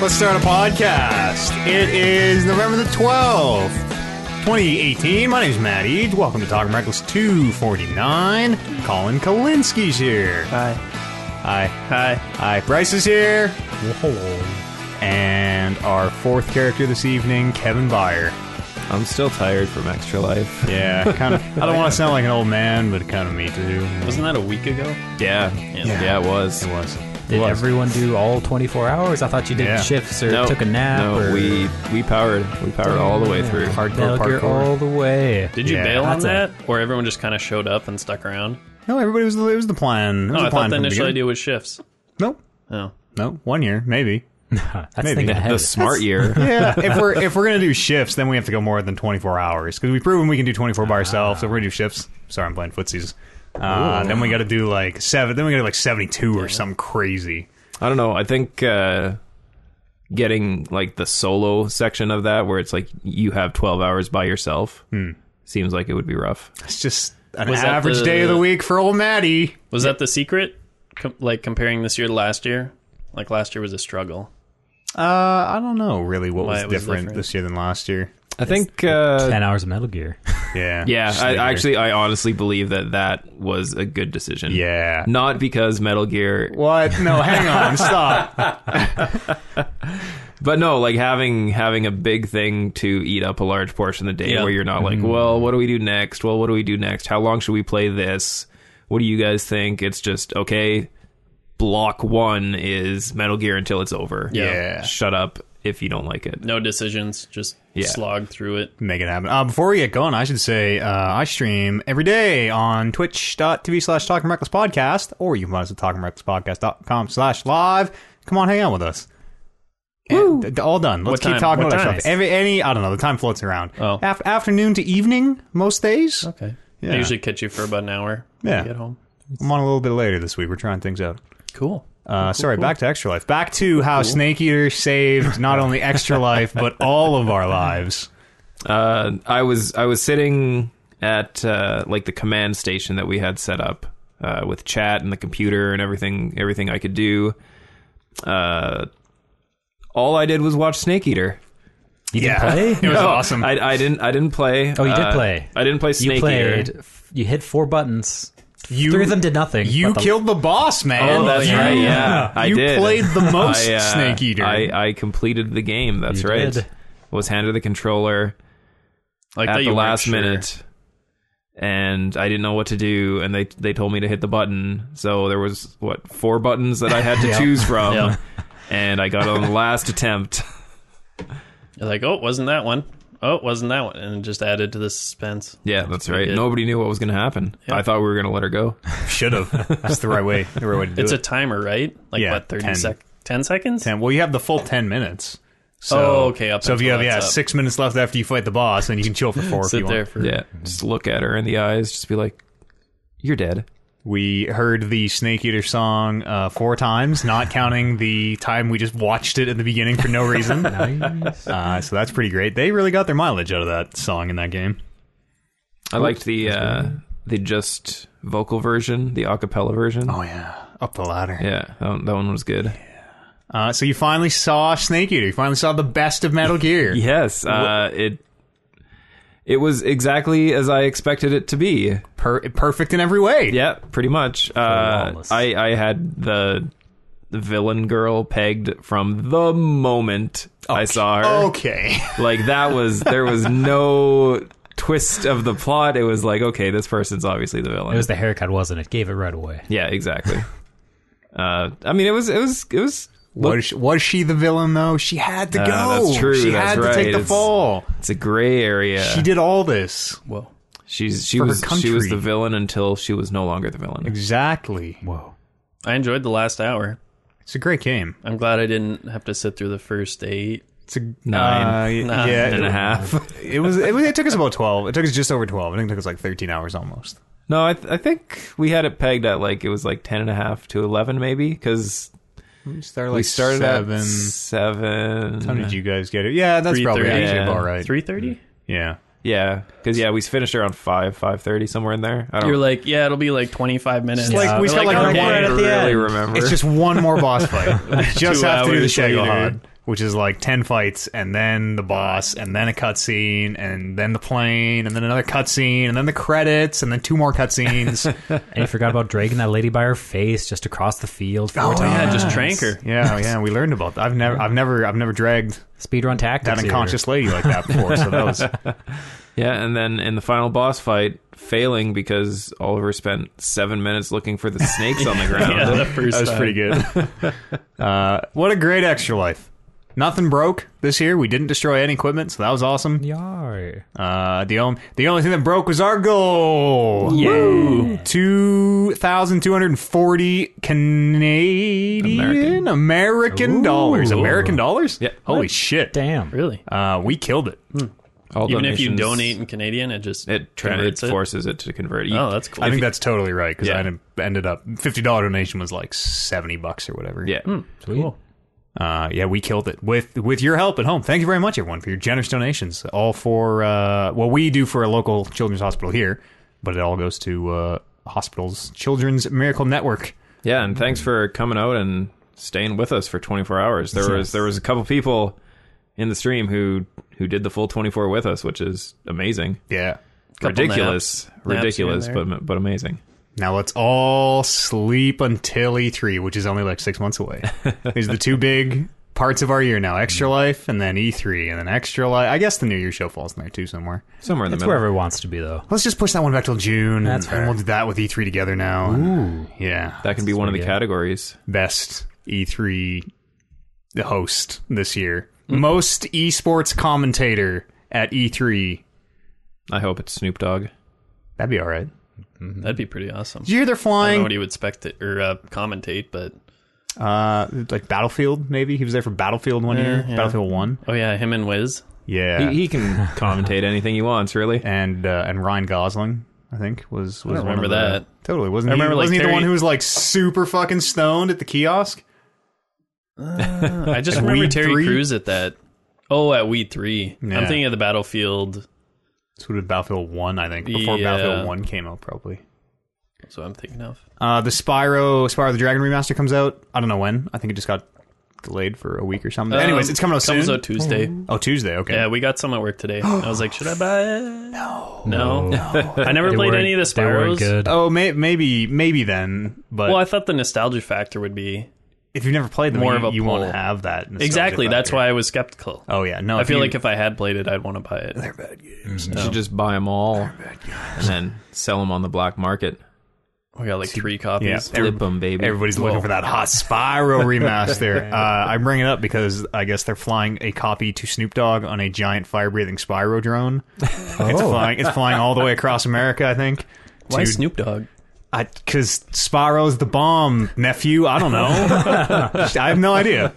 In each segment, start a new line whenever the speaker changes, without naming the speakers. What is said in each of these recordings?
Let's start a podcast. It is November the 12th, 2018. My name's Matt Eads. Welcome to Talking Reckless 249. Colin Kalinski's here.
Hi.
Hi.
Hi.
Hi. Bryce is here. And our fourth character this evening, Kevin Byer.
I'm still tired from Extra Life.
Yeah, kind of. I don't want to sound like an old man, but kind of me too.
Wasn't that a week ago?
Yeah, yeah, it was.
It was.
Did
It was.
everyone do all 24 hours? I thought you did
Yeah.
shifts or
No,
took a nap
No,
or
we we powered we powered all the way through.
Hardcore
Metal Gear
parkour.
all the way.
Did you
Yeah,
bail on
that's a-
that, or everyone just kind of showed up and stuck around?
No, everybody was. It was the plan. It was
No,
the
Oh,
plan
I thought the
from
initial
beginning.
idea was shifts.
Nope.
Oh,
No, one year maybe.
That's
Maybe.
thinking ahead.
The smart year.
yeah, if we're if we're gonna do shifts, then we have to go more than twenty four hours because we've proven we can do twenty four by ourselves. So if we're gonna do shifts, sorry, I'm playing footsies. Uh, then we got to do like seven. Then we got to do like seventy two or something crazy.
I don't know. I think uh, getting like the solo section of that, where it's like you have 12 hours by yourself, seems like it would be rough.
It's just an
Was that
average
the-
day of the week for old Maddie.
was that the secret? Com- like comparing this year to last year? Like last year was a struggle.
Uh, I don't know really what
Why
was,
it was
different,
different.
this year than last year.
I think. Uh,
10 hours of Metal Gear.
Yeah,
yeah,
Just
I,
like-
actually, I honestly believe that that was a good decision.
yeah.
Not because Metal Gear
What? No, hang on, stop.
But no, like having having a big thing to eat up a large portion of the day
Yeah.
where you're not like, well, what do we do next? Well, what do we do next? How long should we play this? What do you guys think? It's just okay. Block one is Metal Gear until it's over.
Yeah.
Yeah.
Shut up if you don't like it.
No decisions, just
Yeah.
slog through it.
make it happen. Uh, before we get going, I should say uh, I stream every day on twitch.tv slash Talking Reckless Podcast, or you can find us at talkingrecklesspodcast.com slash live. Come on, hang out with us. And d- d- all done. Let's
What
keep
time?
talking
What
about that
time?
stuff. Every, any, I don't know, the time floats around.
Oh.
Af- afternoon to evening, most days.
Okay.
Yeah.
I usually catch you for about an hour. when
Yeah.
you Get home.
I'm on a little bit later this week. We're trying things out.
Cool.
Uh, sorry, back to Extra Life. Back to how Snake Eater saved not only Extra Life, but all of our lives.
Uh, I was I was sitting at uh, like the command station that we had set up uh, with chat and the computer and everything everything I could do. Uh, all I did was watch Snake Eater.
yeah.
play?
It was
No,
awesome.
Oh, I, I didn't. I didn't play.
Oh, you did
Uh,
play.
I didn't play Snake
you played,
Eater.
f- you hit four buttons.
you,
Three of them did nothing.
You
but the-
killed the boss, man.
Oh, that's
yeah.
right. Yeah, I
you
did.
played the most
I, uh,
Snake Eater.
I, I completed the game. That's
You
right.
did.
Was handed the controller
Like
at
that you
the
weren't
last
sure.
minute, and I didn't know what to do. And they they told me to hit the button. So there was what four buttons that I had to choose from,
Yeah.
and I got on the last attempt.
You're like, oh, wasn't that one? Oh, wasn't that one? And it just added to the suspense.
Yeah, that's right.
did.
Nobody knew what was going to happen.
Yeah.
I thought we were going to let her go.
should have. That's the right way. The right way to do
It's a
it.
timer, right? Like
Yeah,
what, 30
10.
sec- 10 seconds?
ten. Well, you have the full ten minutes. So,
Oh, okay, up
so if you
until
have yeah
that's up.
six minutes left after you fight the boss, then you can chill for four. if
Sit
you
there
Want.
for
Yeah, just look at her in the eyes. Just be like, "You're dead."
We heard the Snake Eater song uh, four times, not counting the time we just watched it at the beginning for no reason. uh, so that's pretty great. They really got their mileage out of that song in that game.
I liked the uh, the just vocal version, the acapella version.
Oh yeah, up the ladder.
Yeah, that one, that one was good.
Uh, so you finally saw Snake Eater. You finally saw the best of Metal Gear.
Yes, uh, it it was exactly as I expected it to be.
per- perfect in every way.
Yeah, pretty much. Uh,
Flawless.
I I had the the villain girl pegged from the moment I saw her.
Oh. Okay.
Like that was there was no twist of the plot. It was like okay, this person's obviously the villain.
It was the haircut, wasn't it? Gave it right away.
yeah, exactly. uh, I mean, it was it was it was
Was she, was she the villain though? She had to
Ah,
go.
that's true,
She
that's
had to
right,
take the
it's-
fall.
It's a gray area.
She did all this.
Whoa.
She's she
for her
was she was
country.
the villain until she was no longer the villain.
Exactly.
Whoa.
I enjoyed the last hour.
It's a great game.
I'm glad I didn't have to sit through the first eight.
It's a
Nine.
Uh, y-
Nine
yeah, it,
And a half.
it was, it was. It took us about twelve. It took us just over twelve. I think it took us like thirteen hours almost.
No, I th- I think we had it pegged at like it was like ten and a half to eleven maybe because
We started,
we started
seven.
at seven.
How did you guys get it? Yeah, that's probably
3:30.
actually
Yeah.
about right.
Three thirty?
Yeah.
Yeah, because yeah, we finished around five five thirty somewhere in there. I don't
You're like, yeah, it'll be like twenty five minutes.
It's like
Yeah.
we
We're
spent like,
okay.
one
I
at
don't
the
really
end.
remember.
It's just one more boss fight. We just
Two
have to do the
hours later.
Shagahad. which is like 10 fights and then the boss and then a cutscene and then the plane and then another cutscene and then the credits and then two more cutscenes.
And you forgot about dragging that lady by her face just across the field four
Oh,
times.
Yeah, just trank her.
yeah, yeah, we learned about that. I've never I've never I've never dragged
Speedrun tactics.
that
here.
unconscious lady like that before. So that was
Yeah, and then in the final boss fight, failing because Oliver spent seven minutes looking for the snakes on the ground.
Yeah, the first
that was
time.
pretty good. uh, what a great extra life. Nothing broke this year. We didn't destroy any equipment, so that was awesome.
Yar.
Uh, the only the only thing that broke was our goal.
Woo!
Two thousand two hundred forty Canadian American,
American.
Ooh.
dollars. American dollars.
Yeah. Mm,
Holy shit!
Damn.
Really?
Uh, we killed it.
All
Even if you
donations-
donate in Canadian, it just
it, tra- it
converts
forces it to convert. You-
Oh, that's cool.
I think that's totally right because
Yeah.
I ended- ended up fifty dollar donation was like seventy bucks or whatever.
yeah.
Hmm. cool.
uh, yeah, we killed it with with your help at home. Thank you very much, everyone, for your generous donations. All for uh, what we do for a local children's hospital here, but it all goes to uh, hospitals, Children's Miracle Network.
Yeah, and thanks for coming out and staying with us for 24 hours. There was there was a couple people in the stream who who did the full 24 with us, which is amazing.
Yeah.
Couple
ridiculous,
naps. Naps here and
ridiculous,
there.
but but amazing.
Now let's all sleep until E3, which is only like six months away. These are the two big parts of our year now: Extra
Mm-hmm.
Life and then E3, and then Extra Life. I guess the New Year show falls in there too somewhere.
Somewhere in the
That's
middle.
wherever it wants to be, though.
Let's just push that one back till June,
That's
and, and
fair.
we'll do that with E3 together now. Ooh, yeah,
That can be one of the
pretty good.
categories.
best E3 host this year.
Mm-hmm.
Most esports commentator at E E3.
I hope it's Snoop Dogg.
That'd be all right.
That'd be pretty awesome.
Did you hear they're
I don't know what
flying?
he would expect to, or uh, commentate, but
Uh, like Battlefield, maybe he was there for Battlefield one year.
yeah.
Battlefield One,
oh yeah, him and Wiz.
yeah.
He, he can commentate anything he wants, really.
and uh, and Ryan Gosling, I think was. was
don't
one of
remember
the-
that.
Totally wasn't.
I
he,
remember, like,
wasn't he the
Terry-
one who was like super fucking stoned at the kiosk?
I just remember
Weed
Terry
three?
Crews at that. Oh, at Weed Three.
Yeah.
I'm thinking of the Battlefield.
This would have been Battlefield One, I think, before
Yeah.
Battlefield One came out, probably.
That's what I'm thinking of.
Uh, the Spyro Spyro the Dragon remaster comes out. I don't know when. I think it just got delayed for a week or something.
Um,
Anyways, it's coming out
Comes
soon.
out Tuesday.
oh, Tuesday. Okay.
Yeah, we got some at work today. I was like, should I buy it? No, no. I never
They
played
weren't-
any of the
They weren't
Spyros.
good.
oh, may- maybe maybe then. But
Well, I thought the nostalgia factor would be
if you've never played them,
more
you,
of a
you won't
pull.
have that. nostalgia
exactly. That's
factor.
why I was skeptical.
Oh yeah. No.
I feel
you-
like if I had played it, I'd want to buy it.
You
Oh.
should just buy them all and then sell them on the black market.
We got like three
yeah.
copies.
every-
Flip them, baby.
Everybody's looking for that hot Spyro remaster. uh, I bring it up because I guess they're flying a copy to Snoop Dogg on a giant fire breathing Spyro drone. It's flying. It's flying all the way across America. I think.
Oh. Why
to
Snoop Dogg?
I because Spyro's the bomb nephew. I don't know. I have no idea.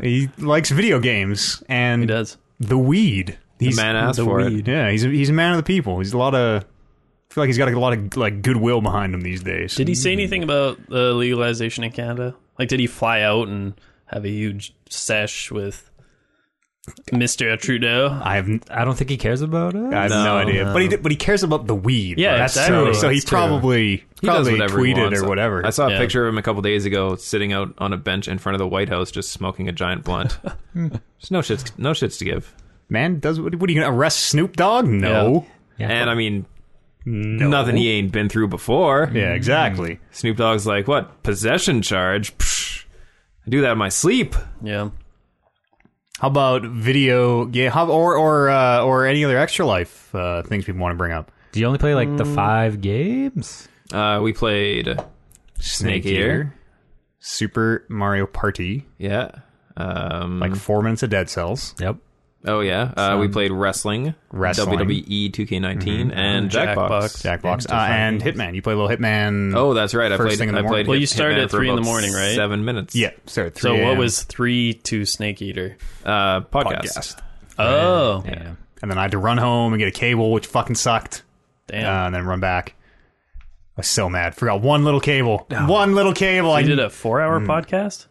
He likes video games and
He does.
the weed. He's
man asked for it.
Yeah, he's a, he's a man of the people. He's a lot of. I feel like he's got a lot of like goodwill behind him these days.
Did he say anything about the legalization in Canada? Like, did he fly out and have a huge sesh with Mr. Trudeau?
I have n-
I don't think he cares about it.
I have no,
No,
idea. But he did- but he cares about the weed.
Yeah,
bro.
exactly.
So he
That's true.
probably
He does
probably
whatever he
tweeted
wants.
or whatever.
I saw a
Yeah.
picture of him a couple days ago sitting out on a bench in front of the White House just smoking a giant blunt. There's no shits, no shits to give.
man does what, what are you gonna arrest Snoop Dogg? No.
Yeah.
And I mean, nothing he ain't been through before.
Yeah, exactly.
Snoop Dogg's like, what? Possession charge? Psh, I do that in my sleep.
Yeah.
How about video game? How or or uh, or any other extra life uh, things people want to bring up?
Do you only play like
Mm.
the five games?
Uh, we played, Snake Eater.
Super Mario Party,
yeah. Um,
like four minutes of Dead Cells.
Yep.
oh, yeah. Uh, we played wrestling, E
Wrestling. Mm-hmm.
WWE 2K19, and Jackbox.
Jackbox.
Jackbox uh, and Hitman. You play a little Hitman.
Oh, that's right. I
First
played.
thing in the
I
morning.
played
Well,
Hit-
you started
Hitman
at
for
three in the
about
morning, right?
Seven minutes.
yeah. Sorry. at 3
So what
a.m.
was three to Snake Eater?
Uh, podcast.
podcast?
Oh,
Yeah.
And then I had to run home and get a cable, which fucking sucked. Uh,
damn.
and then run back. I was so mad. Forgot one little cable. One little cable. I
we did a four-hour podcast.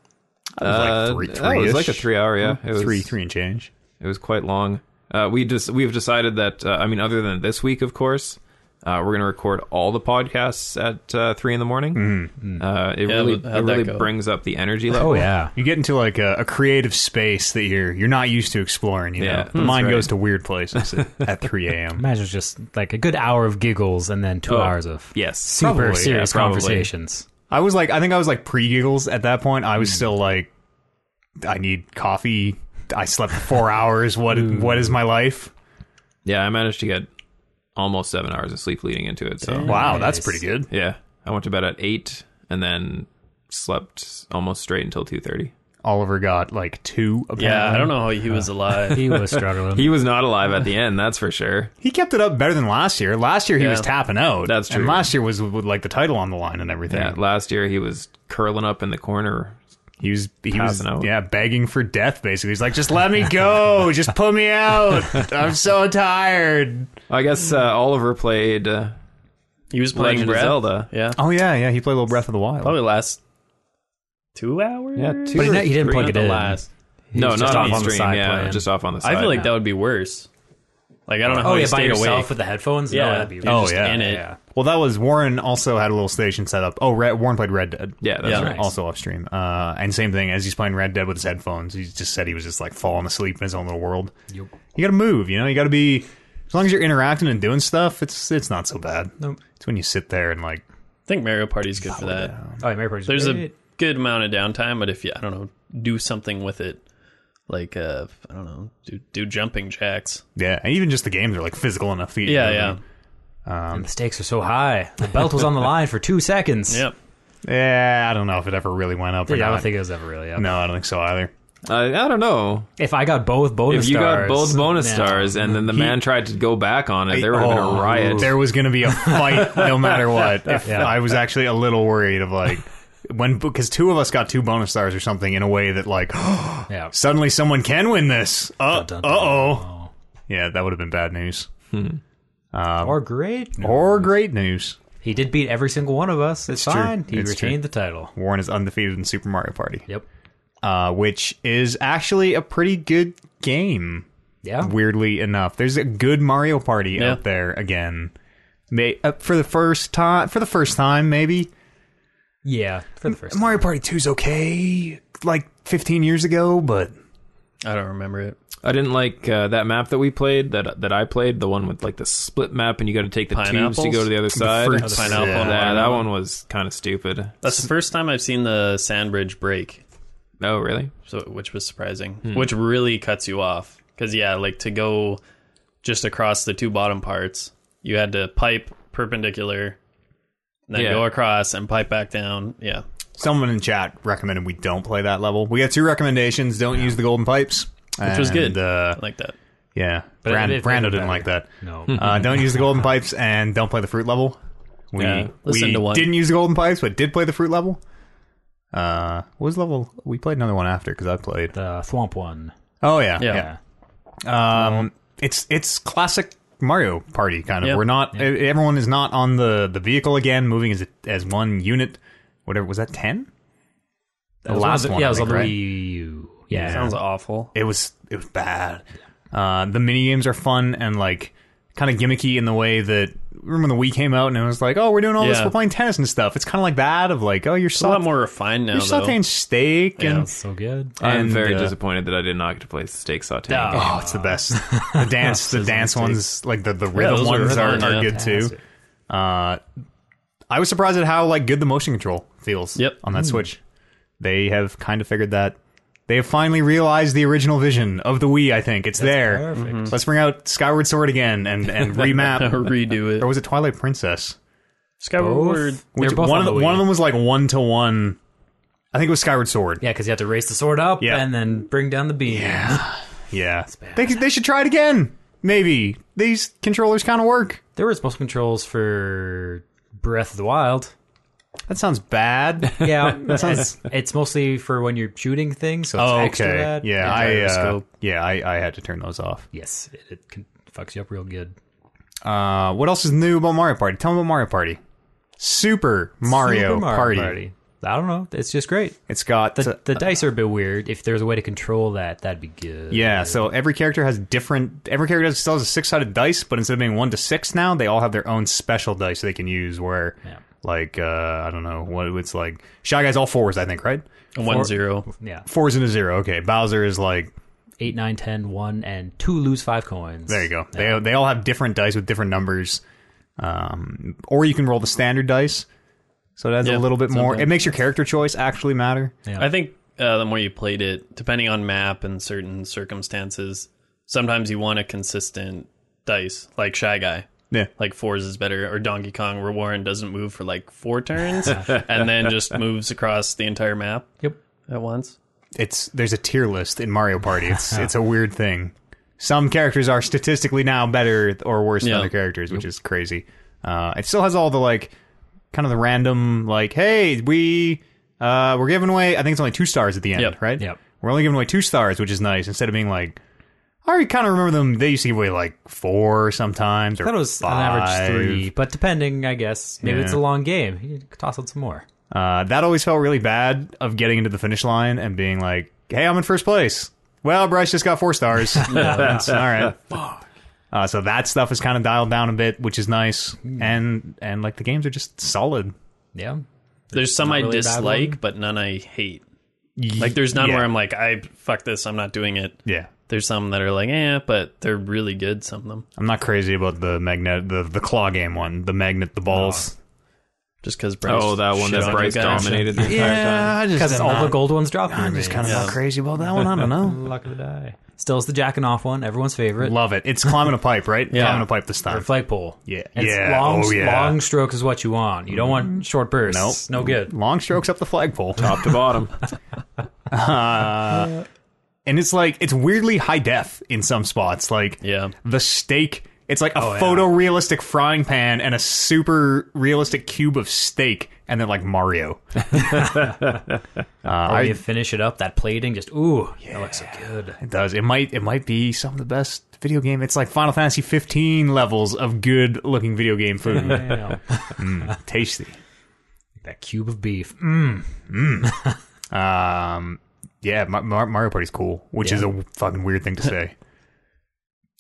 It was like
Uh,
three,
that was
three-ish. Mm-hmm.
like a three hour. Yeah, it was
three, three and change.
It was quite long. Uh, we just we've decided that. Uh, I mean, other than this week, of course, Uh, we're going to record all the podcasts at uh, three in the morning.
Mm-hmm.
Uh, it
Mm-hmm. Yeah,
really,
but
it
how'd that
really
go?
brings up the energy level.
Oh yeah.
You get into like a, a creative space that you're you're not used to exploring. You
Yeah, Hmm,
know, the
that's
mind
right.
goes to weird places at, at 3 a.m.
Imagine it's just like a good hour of giggles and then two
Oh,
hours of
yes,
super
probably,
serious
yeah, probably.
conversations.
I was like, I think I was like pre giggles at that point. I was
Hmm.
still like, I need coffee. I slept four hours. What what is my life?
Yeah, I managed to get almost seven hours of sleep leading into it. So
Wow, that's
Nice.
pretty good.
yeah, I went to bed at eight and then slept almost straight until two thirty.
Oliver got like two. Apparently.
Yeah, I don't know how he was alive.
He was struggling.
He was not alive at the end, that's for sure.
He kept it up better than last year. Last year he
Yeah.
was tapping out.
That's true.
And last year was with, with, like the title on the line and everything.
Yeah, last year he was curling up in the corner.
He was he was
Passing out.
yeah begging for death basically. He's like, just let me go, just put me out. I'm so tired.
I guess uh, Oliver played uh,
He was playing
Legend of
Breath.
Zelda.
Yeah,
Oh yeah, yeah. He played a little Breath of the Wild.
probably last two hours.
Yeah, two
But he
or
didn't- he didn't
three.
plug
Not
it
the
in.
last.
No,
was
not
just
on
off on the
stream.
side
yeah,
playing.
just off on the side.
I feel like
yeah.
that would be worse. Like I don't know how
oh
he
yeah, by
stayed
yourself
awake.
with the headphones.
Yeah.
No, that'd be
Oh,
weird.
just in it.
Well, that was Warren. Also had a little station set up. Oh, Red, Warren played Red Dead.
Yeah, that's
Yeah.
right.
Also off stream. Uh, and same thing as he's playing Red Dead with his headphones. He just said he was just like falling asleep in his own little world. You got to move. You know, you got to be. As long as you're interacting and doing stuff, it's it's not so bad.
Nope.
It's when you sit there and like
I think Mario Party's good for that.
Oh, yeah, Mary Porter's
There's a
great.
good amount of downtime, but if you I don't know, do something with it. Like uh I don't know, do do jumping jacks.
yeah, and even just the games are like physical enough. that you
Yeah,
can
yeah.
move.
Um,
And the stakes are so high. The belt was on the line for two seconds.
Yep.
yeah. I don't know if it ever really went up. Or
Yeah, I
not.
don't think it was ever really up.
No, I don't think so either.
I, I don't know.
If I got both bonus
If you
stars,
got both bonus
yeah.
stars and then the man tried to go back on it, there would have been
Oh,
a riot.
There was going to be a fight no matter what. If
Yeah.
I was actually a little worried of like when because two of us got two bonus stars or something in a way that like
yeah,
suddenly someone can win this. Uh
Dun, dun, dun.
oh. Yeah, that would have been bad news
um,
or great. No.
or great news.
He did beat every single one of us. It's,
true.
fine. He
It's
retained the title.
Warren is undefeated in Super Mario Party,
Yep.
uh, which is actually a pretty good game.
Yeah.
weirdly enough. There's a good Mario Party
Yeah.
out there again. May, uh, for the first time, for the first time, maybe
Yeah. For the first.
Mario Party 2's okay, like 15 years ago, but
I don't remember it.
I didn't like uh, that map that we played that that I played, the one with like the split map, and you got to take the tubes to
Pineapples?
go to the other side.
fruits,
Yeah,
pineapple
yeah.
and
that,
lime.
that one was kind of stupid.
That's the first time I've seen the Sandbridge break,
Oh, really?
so which was surprising, which really cuts you off. Because yeah, like to go just across the two bottom parts, you had to pipe perpendicular, then
Yeah.
go across and pipe back down. Yeah,
someone in chat recommended we don't play that level. We got two recommendations: don't use the golden pipes,
which was good.
Uh,
I like that.
yeah,
it-
Brand,
it-
Brando
it-
didn't like that.
No.
Uh, don't use the golden pipes and don't play the fruit level. We,
Yeah, listen
we
to one.
didn't use the golden pipes, but did play the fruit level. Uh, what was level? We played another one after because I played.
the swamp one.
Oh yeah,
Yeah.
yeah. Um, it's it's classic Mario Party kind of.
Yeah.
We're not e- everyone is not on the the vehicle again, moving as as one unit. Whatever was that ten? The
That was
last
on the-
one, I
Yeah, it was on
think,
the
right?
Wii U. Yeah.
Sounds awful.
it was it was bad. Uh, the mini games are fun and like kind of gimmicky in the way that remember when the Wii came out and it was like, oh, we're doing all this,
Yeah.
we're playing tennis and stuff. It's kind of like that of like, oh, you're
It's a lot
saute-
more refined now.
you're
though.
sauteing steak
Yeah.
and
So good.
I'm
And,
very
uh,
disappointed that I did not get to play steak saute.
Yeah.
oh, it's the best. The dance, the dance ones, like the the rhythm
those are
ones are,
fun,
are
yeah.
good too. Uh, I was surprised at how like good the motion control feels.
Yep. Hmm.
on that Switch, they have kind of figured that. They have finally realized the original vision of the Wii. I think it's there.
Perfect.
Let's bring out Skyward Sword again and and remap.
redo it.
or was it Twilight Princess?
Skyward.
Both. They're both
one
on
of
the Wii.
one of them was like one to one. I think it was Skyward Sword.
Yeah, because you have to raise the sword up
Yeah.
and then bring down the beam.
yeah. They could- they should try it again. Maybe these controllers kind of work.
There was most controls for Breath of the Wild.
That sounds bad.
Yeah, it's, it's mostly for when you're shooting things. So it's
oh,
extra
okay.
that.
Yeah,
And
I uh,
gyroscope.
yeah I, I had to turn those off.
yes, it, it can, fucks you up real good.
Uh, what else is new about Mario Party? Tell me about Mario Party. Super Mario,
Super Mario
Party.
I don't know. It's just great.
It's got
The, the dice are a bit weird. If there's a way to control that, that'd be good.
yeah. So every character has different. Every character has- still has a six-sided dice, but instead of being one to six now, they all have their own special dice they can use. Where
Yeah.
like uh, I don't know what it's like. Shy Guy's all fours, I think, right?
One zero.
Yeah.
Fours and a zero. Okay. Bowser is like
Eight, nine, ten, one, and two lose five coins.
There you go. They they all have different dice with different numbers, um, or you can roll the standard dice. So that's
Yeah,
a little bit more.
something.
It makes your character choice actually matter.
Yeah.
I think uh, the more you played it, depending on map and certain circumstances, sometimes you want a consistent dice, like Shy Guy.
Yeah,
Like fours is better, or Donkey Kong, where Warren doesn't move for like four turns and then just moves across the entire map
Yep.
at once.
it's there's a tier list in Mario Party. It's it's a weird thing. Some characters are statistically now better or worse
Yeah.
than other characters, which is crazy. Uh, it still has all the like kind of the random like, hey, we uh, we're giving away. I think it's only two stars at the end,
Yep.
right?
Yep.
We're only giving away two stars, which is nice. Instead of being like, I already kind of remember them. They used to give away like four sometimes. Or
I thought it was
five.
on average three, but depending, I guess, maybe
Yeah.
it's a long game. You could toss out some more.
Uh, that always felt really bad of getting into the finish line and being like, "Hey, I'm in first place." Well, Bryce just got four stars. That's- all right. Uh, so that stuff is kind of dialed down a bit, which is nice.
Mm.
And and like the games are just solid.
Yeah.
There's some I
really a bad one.
dislike, but none I hate. Like there's none
yeah.
where I'm like, I fuck this, I'm not doing it.
Yeah,
There's some that are like, eh, but they're really good. Some of them,
I'm not crazy about the magnet, the the claw game one, the magnet, the balls.
just because Bryce.
Oh, that one
shit
that
on you
Bryce
guys.
dominated the entire time.
I
Because
am
all the
not-
gold ones dropped.
I'm
for
just
me.
kind of not crazy about that one. I don't know.
Luck of the die. Still, it's the jack and off one, everyone's favorite.
Love it. It's climbing a pipe, right?
Yeah.
Climbing a pipe this
or
time.
flagpole.
Yeah.
And it's
Yeah.
Long,
Oh, yeah.
long strokes is what you want. You don't want short bursts. No good.
Long strokes up the flagpole.
Top to bottom.
and it's like it's weirdly high def in some spots like
Yeah.
the steak it's like a photorealistic frying pan and a super realistic cube of steak and then like mario
Or you finish it up, that plating just, ooh, that looks so good.
it does it might it might be some of the best video game it's like final fantasy 15 levels of good looking video game food Mm.
Damn.
tasty
that cube of beef. Mm.
um yeah Ma- Mar- mario party's cool which is a fucking weird thing to say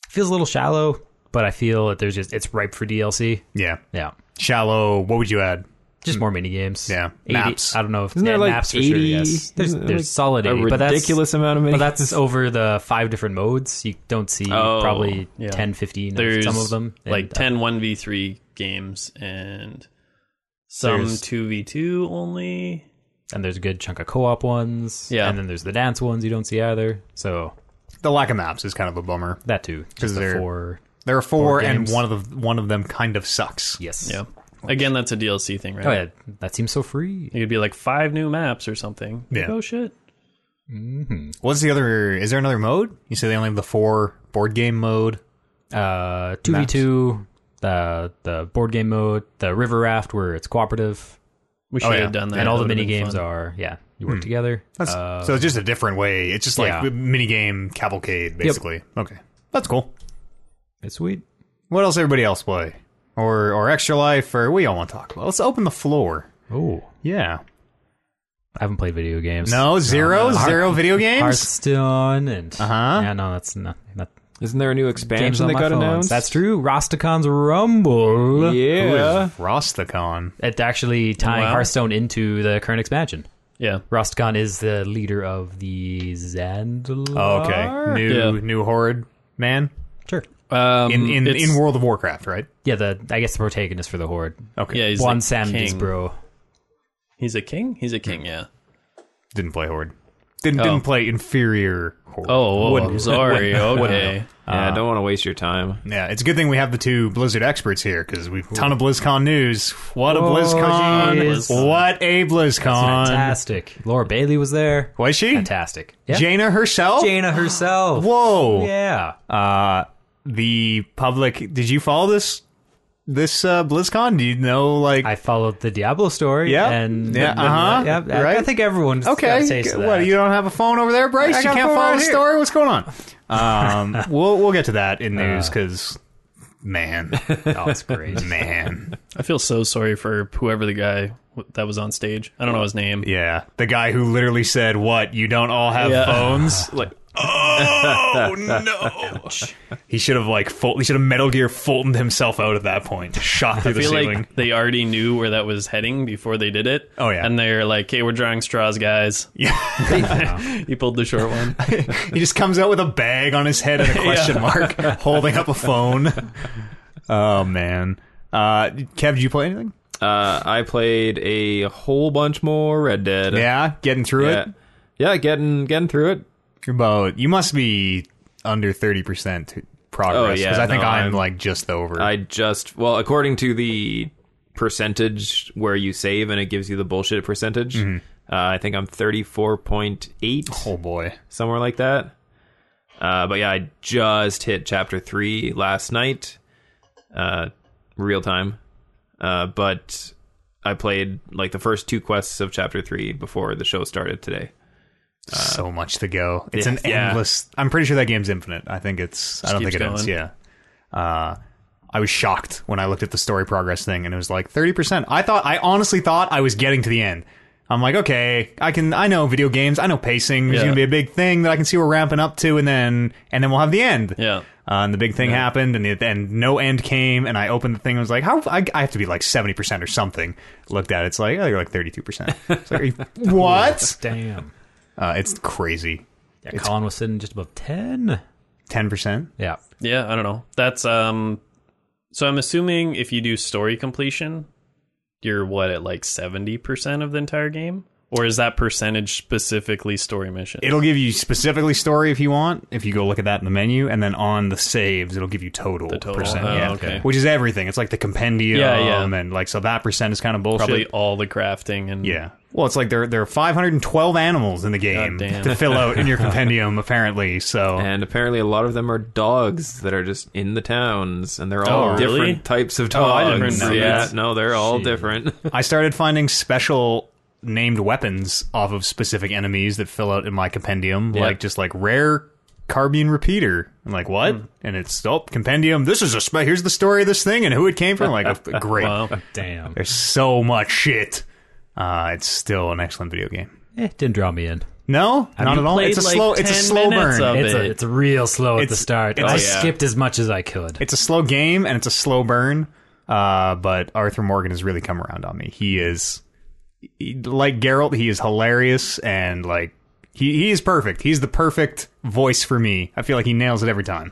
Feels a little shallow, but I feel that there's just, it's ripe for DLC.
yeah
Yeah.
shallow what would you add
Just more mini games.
Yeah.
80
Maps.
I don't know if
Isn't
yeah,
there like
maps for
80?
sure, yes. There's,
Isn't it
there's
like
solid 80,
a
but that's,
ridiculous amount of mini.
but that's over the five different modes. You don't see
Oh,
probably
yeah.
ten, fifteen 10, 15 of
There's
some of them. And,
like
uh,
10 1v3 games and some
There's-
2v2 only.
uh, and there's a good chunk of co-op ones.
Yeah.
and then there's the dance ones you don't see either. So
the lack of maps is kind of a bummer
that too,
Because
just the
they're-
four.
there are four
Board
and
games.
one of the one of them kind of sucks
Yes.
Yeah. Again, that's a DLC thing, right?
Oh yeah, that seems so free.
It could be like five new maps or something. Like,
Yeah.
oh shit.
What's the other? Is there another mode? You say they only have the four board game mode.
Uh, two v two, the the board game mode, the river raft where it's cooperative,
We should
yeah.
have done that.
and all
That
the
would've
mini
been
games
fun.
are yeah, you work together.
That's,
Uh,
so it's just a different way. It's just like
Yeah.
mini game cavalcade, basically. Okay, that's cool.
it's sweet.
What else? Everybody else play or or extra life or we all want to talk about. Let's open the floor.
Oh,
Yeah.
I haven't played video games.
No zero zero video games.
Hearthstone and uh
Uh-huh.
Yeah, no, that's not. not
Isn't there a new
games
expansion
on
that
my
got
phone.
announced?
That's true. Rostacon's Rumble.
Yeah.
Rostacon.
It's actually tying
Wow.
Hearthstone into the current expansion.
Yeah.
Rostcon is the leader of the Zandalar.
Oh, okay. New
Yeah.
new horde man
Sure.
Um,
in in,
it's-
in World of Warcraft, right?
Yeah, the I guess the protagonist for the Horde.
Okay.
yeah, he's
One
like
Sam
king.
Disbro.
He's a king? He's a king, yeah.
Didn't play horde. Didn't
Oh.
didn't play inferior horde.
Oh, whoa,
Wouldn't-
I'm sorry. okay.
Yeah, I don't want to waste your time.
Yeah, it's a good thing we have the two Blizzard experts here because we've ton of BlizzCon news. What a BlizzCon!
geez.
What a BlizzCon!
Fantastic. Laura Bailey was there.
Was she?
Fantastic. Yeah.
Jaina herself.
Jaina herself.
Whoa!
Yeah.
Uh, the public. Did you follow this? This uh, BlizzCon? Do you know? Like,
I followed the Diablo story.
Yeah.
And
Yeah, uh-huh.
Yeah, I- I,
Right.
think everyone's got
okay,
a taste of that.
what? You don't have a phone over there, Bryce?
I
you
got a
can't
phone
follow
right
the
here. Uh.
story. What's going on? Um, we'll we'll get to that in news because Man,
Oh, it's great.
man,
I feel so sorry for whoever the guy w- that was on stage. I don't know his name.
yeah, the guy who literally said, "What? You don't all have
Yeah.
phones?"
Like,
oh no! He should have like Fult- he should have Metal Gear Fultoned himself out at that point, shot through
I
the
feel
ceiling.
like they already knew where that was heading before they did it.
Oh, yeah.
and they're like, "Hey, we're drawing straws, guys."
yeah,
He pulled the short one.
he just comes out with a bag on his head and a question mark, holding up a phone. oh man, uh, Kev, did you play anything?
Uh, I played a whole bunch more Red Dead.
Yeah, getting through
yeah,
it.
yeah, getting getting through it.
You're about you must be under thirty percent progress
Oh, yeah,
because I think
no,
I'm,
I'm-
like just over.
I just well, according to the percentage where you save and it gives you the bullshit percentage. Uh, I think I'm 34.8
oh boy,
somewhere like that. Uh, but yeah, I just hit chapter three last night, uh, real time. Uh, but I played like the first two quests of chapter three before the show started today.
Uh,
so much to go. It's
yeah,
an
yeah.
endless. I'm pretty sure that game's infinite. I think it's. I don't think
keeps
it ends.
going.
Yeah. Uh, I was shocked when I looked at the story progress thing, and it was like thirty percent. I thought. I honestly thought I was getting to the end. I'm like, okay, I can. I know video games. I know pacing. There's
Yeah.
gonna be a big thing that I can see we're ramping up to, and then and then we'll have the end.
Yeah.
Uh, and the big thing happened, and the, and no end came. And I opened the thing, and was like, "How? I, I have to be like seventy percent or something." Looked at it, it's like, "Oh, you're like thirty-two percent." It's like, are you- "What?"
Damn.
Uh, it's crazy.
Yeah, Colin was sitting just above 10.
Ten percent.
Yeah.
Yeah, I don't know. That's um so I'm assuming if you do story completion, you're what at like 70% of the entire game or is that percentage specifically story mission?
It'll give you specifically story if you want. If you go look at that in the menu, and then on the saves, it'll give you total,
total.
percent.
Oh,
yeah,
okay.
which is everything. It's like the compendium,
Yeah, yeah.
and like so that percent is kind of bullshit.
Probably all the crafting and
Yeah. Well, it's like there there are 512 animals in the game
damn.
to fill out in your compendium, apparently. So
And apparently, a lot of them are dogs that are just in the towns, and they're all
Oh, really?
different types of
Oh, I
dogs.
didn't know
yeah,
that.
no, they're all different.
I started finding special named weapons off of specific enemies that fill out in my compendium, like just like rare carbine repeater. I'm like, what?
Hmm.
And it's oh compendium. This is a spe- here's the story of this thing and who it came from. Like, "Oh, great.
Wow.
Damn.
There's so much shit. Uh, it's still an excellent video game.
Eh, didn't draw me in.
No, not
you
at all. It's a
played, like,
slow. It's a
10
slow
minutes
burn.
of-
It's, a,
it.
it's real slow at the
It's-
start.
it's-
I
Oh,
yeah.
skipped as much as I could.
it's a slow game and it's a slow burn. Uh, but Arthur Morgan has really come around on me. He is he- like Geralt. He is hilarious and like he he is perfect. He's the perfect voice for me. I feel like he nails it every time.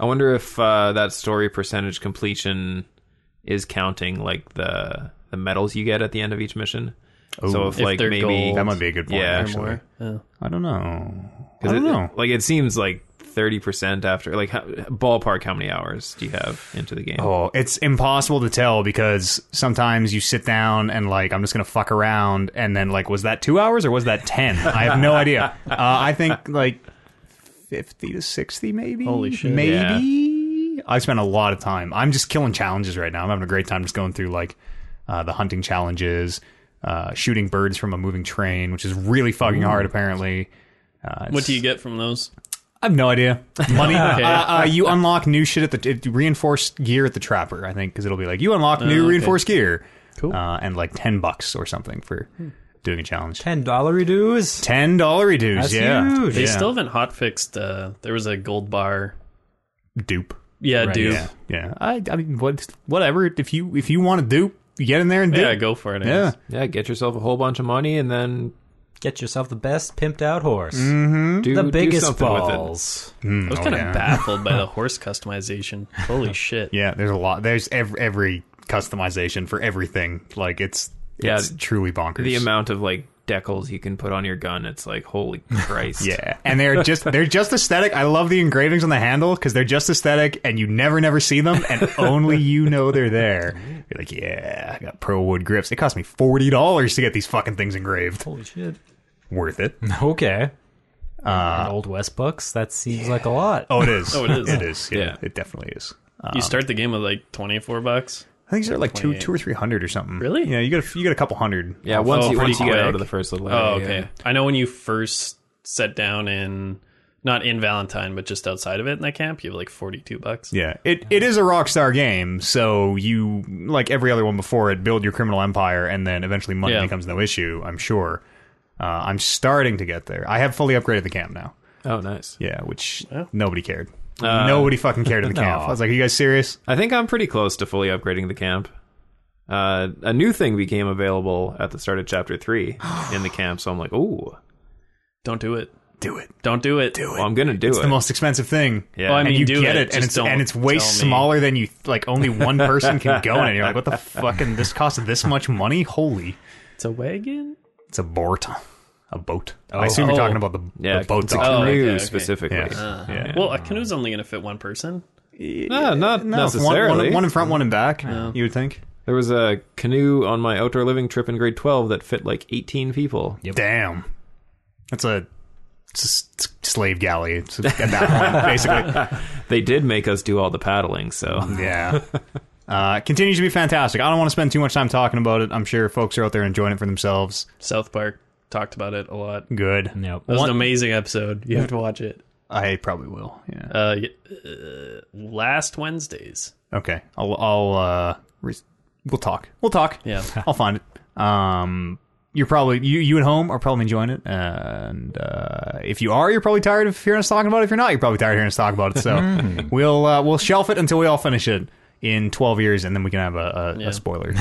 I wonder if uh, that story percentage completion is counting like the the medals you get at the end of each mission. so if,
If
like
they're
maybe
gold.
That might be a good point.
Yeah.
actually,
More. Yeah.
I don't know. I
'cause
don't
it-
know.
Like it seems like thirty percent after like how, ballpark. How many hours do you have into the game?
Oh, it's impossible to tell because sometimes you sit down and like I'm just gonna fuck around and then like was that two hours or was that ten? I have no idea. Uh, I think like fifty to sixty, maybe.
Holy shit.
Maybe I spent a lot of time. I'm just killing challenges right now. I'm having a great time just going through like uh, the hunting challenges, uh, shooting birds from a moving train, which is really fucking hard apparently. Uh,
What do you get from those?
I have no idea. Money. uh, uh, you unlock new shit at the it, reinforced gear at the trapper, I think, because it'll be like you unlock new
okay.
reinforced gear, cool, uh, and like ten bucks or something for doing a challenge.
$10 reduce.
Ten dollar reduce.
That's
yeah,
huge.
They
Yeah.
still haven't hot fixed uh there was a gold bar.
dupe.
Yeah,
Right,
dude.
Yeah,
Yeah.
yeah. I, I mean, what, whatever. If you if you want to dupe, you get in there and dupe.
go for it. I
yeah.
guess.
Yeah, get yourself a whole bunch of money and then
Get yourself the best pimped out horse.
Mm,
do
The
do
biggest
something with it.
balls.
I was
oh,
kind of
yeah.
baffled by the horse customization. Holy shit.
Yeah, there's a lot. There's every, every customization for everything. Like it's
Yeah,
it's truly bonkers.
The amount of like decals you can put on your gun, it's like holy Christ.
Yeah, and they're just they're just aesthetic. I love the engravings on the handle because they're just aesthetic, and you never never see them, and only you know they're there. You're like, yeah, I got pro wood grips. It cost me forty dollars to get these fucking things engraved.
Holy shit.
Worth it.
Okay.
Uh,
And Old West books. That seems like a lot.
Oh, it is.
Oh, it is.
It is. Yeah,
Yeah.
it definitely is. Uh,
You start the game with like 24 bucks.
I think they're like two two or three hundred or something.
Really?
Yeah, you got a, you got a couple hundred.
Yeah, once
Oh,
you
pretty
once you get
Oh,
quick.
out of the first little
Oh,
area,
okay. I know when you first sat down in not in Valentine, but just outside of it in that camp, you have like 42 bucks.
Yeah, it it is a Rockstar game, so you like every other one before it, build your criminal empire, and then eventually money
Yeah.
becomes no issue. I'm sure. Uh, I'm starting to get there. I have fully upgraded the camp now.
Oh, nice.
Yeah, which nobody cared.
Uh,
nobody fucking cared in the camp. I was like, "Are you guys serious?"
I think I'm pretty close to fully upgrading the camp. Uh, a new thing became available at the start of chapter three in the camp, so I'm like, ooh,
Don't do it.
Do it.
Don't do it. Do
well, I'm gonna do
It's
it.
the most expensive thing.
yeah,
Well, I
And
mean,
you
do
get
it,
it, and
just
it's
don't
and it's way
tell me.
smaller than you like. Only one person can go in it. You're like, "What the fuck?" And this cost this much money? Holy!
It's a wagon?
It's a boat. A boat. I assume you're
Oh.
talking about the,
yeah,
the boat.
it's a
dock.
canoe
Oh, okay, okay.
specifically.
Yeah. yeah.
Well, a canoe's only going to fit one person.
No, not
No, it's
necessarily.
One, one, one in front, one in back. You would think.
There was a canoe on my outdoor living trip in grade 12 that fit like 18 people.
Damn, that's a, it's a s- s- slave galley. It's at that point, basically.
They did make us do all the paddling, so
Yeah. Uh, continues to be fantastic. I don't want to spend too much time talking about it. I'm sure folks are out there enjoying it for themselves.
South Park talked about it a lot. That
Good.
Nope.
was an amazing episode. You have to watch it.
I probably will. Yeah.
Uh, y- uh, last Wednesdays.
Okay. I'll. I'll. Uh, re- we'll talk. We'll talk.
Yeah.
I'll find it. Um, you're probably you you at home are probably enjoying it, and uh, if you are, you're probably tired of hearing us talking about it. If you're not, you're probably tired of hearing us talk about it. So we'll uh, we'll shelf it until we all finish it in 12 years, and then we can have a, a,
Yeah.
a spoiler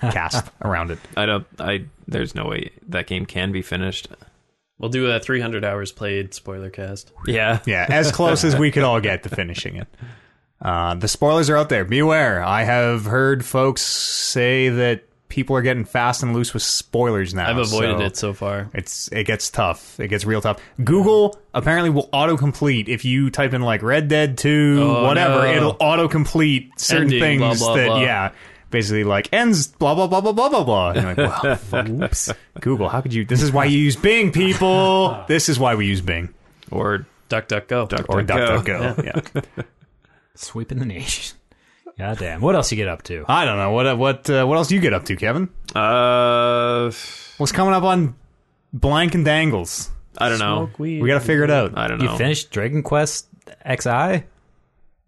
cast around it.
I don't I there's no way that game can be finished.
We'll do a 300 hours played spoiler cast.
Yeah.
Yeah, as close as we could all get to finishing it. Uh, the spoilers are out there. Beware. I have heard folks say that people are getting fast and loose with spoilers now.
I've avoided
so-
it so far.
It's it gets tough. It gets real tough. Google apparently will autocomplete if you type in like Red Dead Two,
Oh,
whatever.
no.
It'll autocomplete certain
Ending,
things
blah, blah,
that
blah.
yeah, basically like ends blah blah blah blah blah blah blah. And you're like, wow, fuck, oops. Google, how could you? This is why you use Bing, people. This is why we use Bing
Or
Duck, duck, go. Duck,
or
Go.
DuckDuckGo. Yeah.
Sweeping the nation. God damn. What else you get up to?
I don't know what what uh, what else do you get up to, Kevin?
uh
What's coming up on Blank and Dangles?
I don't know.
We got to figure it out.
I don't
You
know.
finished Dragon Quest XI?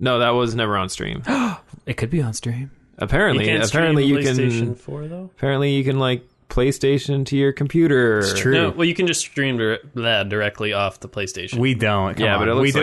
no, that was never on stream.
It could be on stream.
apparently, apparently you
PlayStation
can
4 though.
apparently you can like PlayStation to your computer. It's
true.
No, well, you can just stream dir- that directly off the PlayStation.
We don't. Come
Yeah,
on.
but it looks
we do-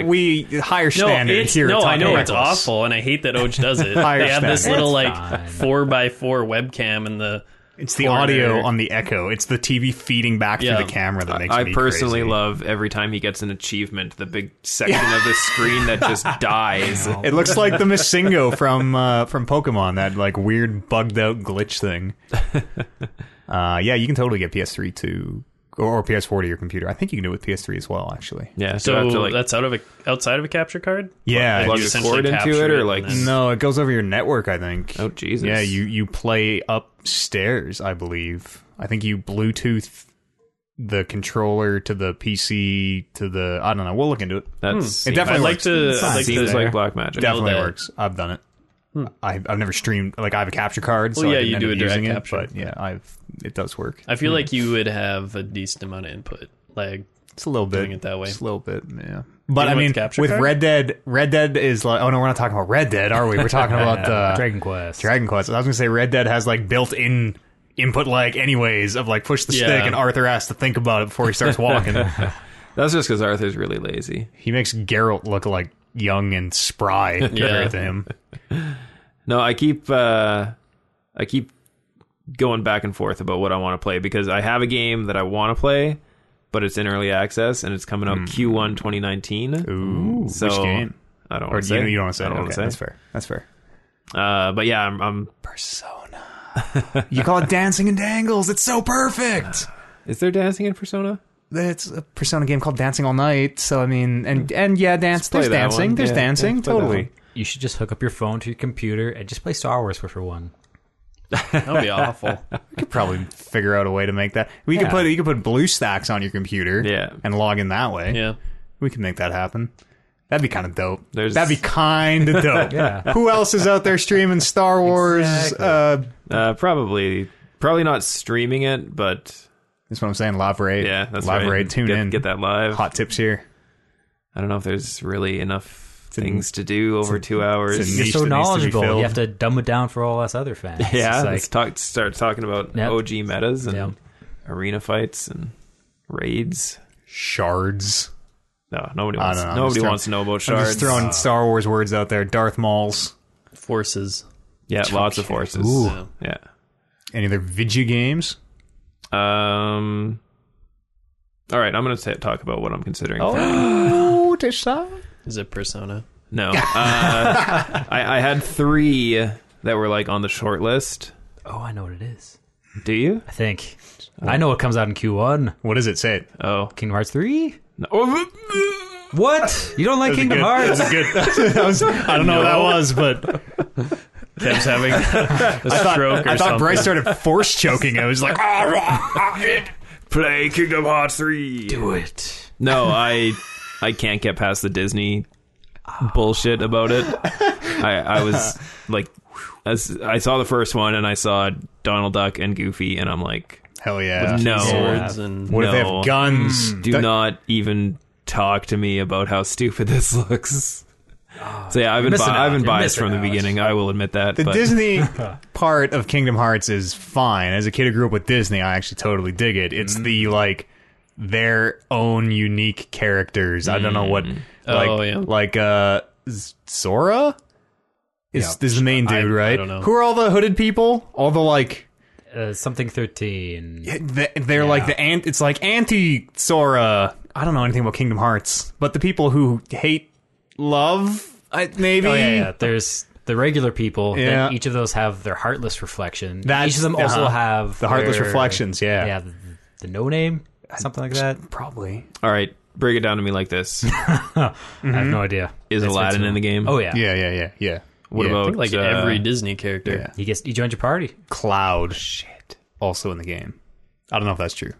like-
we higher
no,
standard
it's,
here. at
no, I
Talking
know it's
Reckless.
awful, and I hate that Oj does it.
Higher
they have this
standard.
little
It's
like
fine.
four by four webcam in the.
It's the
corner.
audio on the echo. It's the TV feeding back
Yeah.
through the camera that makes
I
me
personally
crazy.
love every time he gets an achievement, the big section of the screen that just dies.
It looks like the Missingo from uh, from Pokemon, that like weird bugged out glitch thing. Uh, yeah, you can totally get PS3 to or, or PS4 to your computer. I think you can do it with PS3 as well, actually.
Yeah, so,
So
after, like,
that's out of a outside of a capture card.
Yeah,
plug
you-
a
essentially
cord into
capture
it, or,
it and
like
then-
no, it goes over your network. I think.
Oh, Jesus.
Yeah, you you play upstairs, I believe. I think you Bluetooth the controller to the PC to the I don't know. We'll look into it.
That's
It definitely
I'd like
works.
to. I'd hmm. like
seems
to-
like black magic.
Def-
definitely
that.
works. I've done it. I, I've never streamed like I have a capture card. so
Hmm. Well, yeah,
I didn't
you
end
do
up
a direct
using
capture.
It, but yeah, I've it does work.
I feel like you would have a decent amount of input. Like
It's a little bit
it that way.
It's a little bit, yeah. But
Even
I
with
mean,
capture
with
card?
Red Dead, Red Dead is like oh no, we're not talking about Red Dead, are we? We're talking about uh,
Dragon Quest.
Dragon Quest. I was gonna say Red Dead has like built-in input like anyways of like push the
Yeah.
stick and Arthur has to think about it before he starts walking.
That's just because Arthur's really lazy.
he makes Geralt look like young and spry compared to him.
No, I keep uh, I keep going back and forth about what I want to play because I have a game that I want to play, but it's in early access and it's coming out Q1 2019.
Hmm. Ooh,
so
which game?
I don't
Or
want to say.
you, you don't want to say?
I don't
okay,
want to
That's
say.
fair. That's fair.
Uh, but yeah, I'm, I'm.
Persona. you call it dancing and dangles. It's so perfect.
Is there dancing in Persona?
It's a Persona game called Dancing All Night. So I mean, and and yeah, dance.
play
There's
that
dancing.
one.
There's
Yeah,
dancing.
let's play that
totally.
one.
You should just hook up your phone to your computer and just play Star Wars for one.
that would be awful.
could probably figure out a way to make that. We could
Yeah.
put you could put BlueStacks on your computer,
Yeah.
and log in that way.
Yeah.
we could make that happen. That'd be kind of dope.
There's-
That'd be kind of dope.
Yeah.
Who else is out there streaming Star Wars?
Exactly.
Uh,
Uh, probably, probably not streaming it, but
that's what I'm saying. Live Raid.
yeah, that's
Live
right.
Raid. Tune
get,
in.
Get that live.
Hot tips here.
I don't know if there's really enough things to do over two hours.
You're
niche that needs to
so
be
knowledgeable. You
filled.
have to dumb it down for all us other fans.
Yeah, let's
It's like,
talk. Start talking about
Yep.
OG metas and
Yep.
arena fights and raids.
Shards.
No, nobody
I
wants.
don't know. I'm
Nobody
just throwing-
wants to know about
I'm
shards.
just throwing Star Wars words out there. Darth Mauls.
Forces.
yeah, lots of forces.
Yeah.
Yeah.
Any other video games?
Um. All right, I'm going to talk about what I'm considering. Oh.
Oh, decide.
Is it Persona?
No, uh, I, I had three that were like on the short list.
oh, I know what it is.
Do you?
I think. I know it comes out in Q1.
What does it say?
Oh,
Kingdom Hearts 3?
no.
What? You don't like Kingdom
good.
Hearts?
That's a good. that was- I don't know what that was, but
Kev's having a stroke or
I thought
something.
Bryce started force choking. I was like, "Ah, rah."
play Kingdom Hearts three.
Do it.
No, I I can't get past the Disney bullshit about it. I, I was like, as I saw the first one and I saw Donald Duck and Goofy, and I'm like,
hell yeah.
no,
swords and
What if they
No. Mm.
have guns?
do
That-
not even talk to me about how stupid this looks. So yeah, I've been bi-
missing out.
I've been
Oh, You're
biased
missing
from the
out.
beginning. I will admit that.
The
but
Disney part of Kingdom Hearts is fine. As a kid who grew up with Disney, I actually totally dig it. It's the
Mm.
like their own unique characters. I don't know what like
Oh, yeah.
like uh Z- Sora is
Yeah.
is the main dude,
I- I
right?
don't know.
Who are all the hooded people? All the like
Uh, something 13.
th- they're like the ant. It's like anti Sora. I don't know anything about Kingdom Hearts, but the people who hate love, I, maybe.
Oh, yeah, yeah. There's the regular people. then
Yeah.
each of those have their heartless reflection.
That's-
each of them also
uh-huh.
have
The heartless
their-
reflections, yeah.
Yeah, the, the no name, something like that.
Mm-hmm. Probably.
all right, break it down to me like this:
I have no idea.
Is Aladdin in the game?
Oh yeah.
Yeah, yeah, yeah, yeah.
What
Yeah.
about
like
uh,
every Disney character.
yeah.
He gets he joined your party.
Cloud. Shit. Also in the game. I don't know if that's true.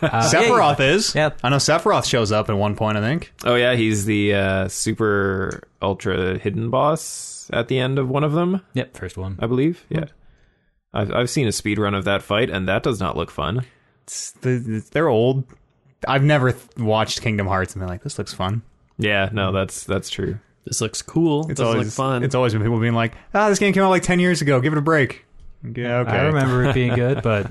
Sephiroth is.
Uh, Yeah.
I know Sephiroth shows up at one point, I think.
Oh yeah, he's the uh, super ultra hidden boss at the end of one of them,
Yep, first one.
I believe.
Hmm.
Yeah, I've I've seen a speed run of that fight, and that does not look fun.
It's the, they're old. I've never th- watched Kingdom Hearts and been like, this looks fun.
Yeah, no,
Hmm.
that's that's true.
This looks cool.
It's
This
always
looks fun.
It's always been people being like, ah, this game came out like 10 years ago. Give it a break. Yeah, okay.
I remember it being good, but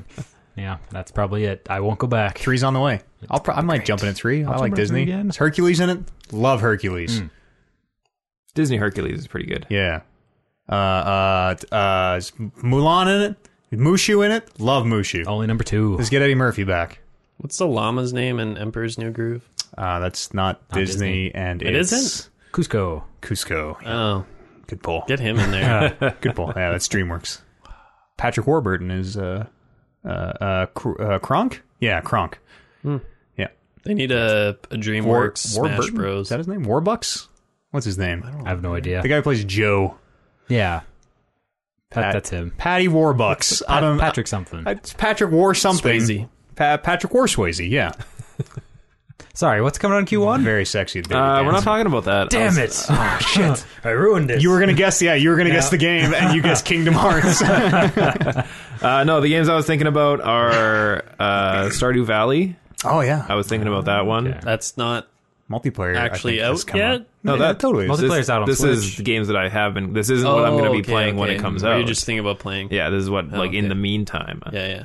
yeah, that's probably it. I won't go back.
Three's on the way. I'll pro- I might jump in at three. I
jump
like
in at three
Disney.
again. Mm.
Is Hercules in it? Love Hercules.
Disney Hercules is pretty good.
Yeah. Uh, uh, uh, is Mulan in it? Mushu in it? Love Mushu.
Only number two.
Let's get Eddie Murphy back.
What's the llama's name in Emperor's New Groove?
Uh, that's not, Disney, and
It
it's
isn't?
Cusco.
Cusco.
Oh,
Good pull.
get him in there.
Good pull. Yeah, that's DreamWorks. Patrick Warburton is uh, uh, uh, Cr- uh Kronk. Yeah, Kronk. Yeah,
they need a, a DreamWorks Smash
Warburton?
Bros.
Is that his name? Warbucks. What's his name?
I have no idea.
The guy who plays Joe.
Yeah. Pat,
Pat-
that's him.
Patty Warbucks. I don't.
Patrick something.
I- it's Patrick War something.
Swayze.
Pa- Patrick War Swayze. Yeah,
Sorry, what's coming on Q1?
very sexy. baby
Uh, we're
dance.
not talking about that.
Damn
I
it.
was-
Oh, shit. I ruined it.
You were gonna guess. Yeah, you were gonna guess the game, and you guessed Kingdom Hearts.
Uh, no, the games I was thinking about are uh, Stardew Valley.
oh yeah,
I was thinking about that one.
Okay.
That's not
multiplayer I
actually
think, has
out
come
yet.
out.
No,
Yeah,
that
totally.
This,
Multiplayer's out on
this is
Switch.
the games that I have been. This isn't what I'm going to be
Oh, okay,
playing when
okay.
it comes
Or
out.
You're just thinking about playing.
yeah, this is what like in
okay.
the meantime.
yeah, yeah.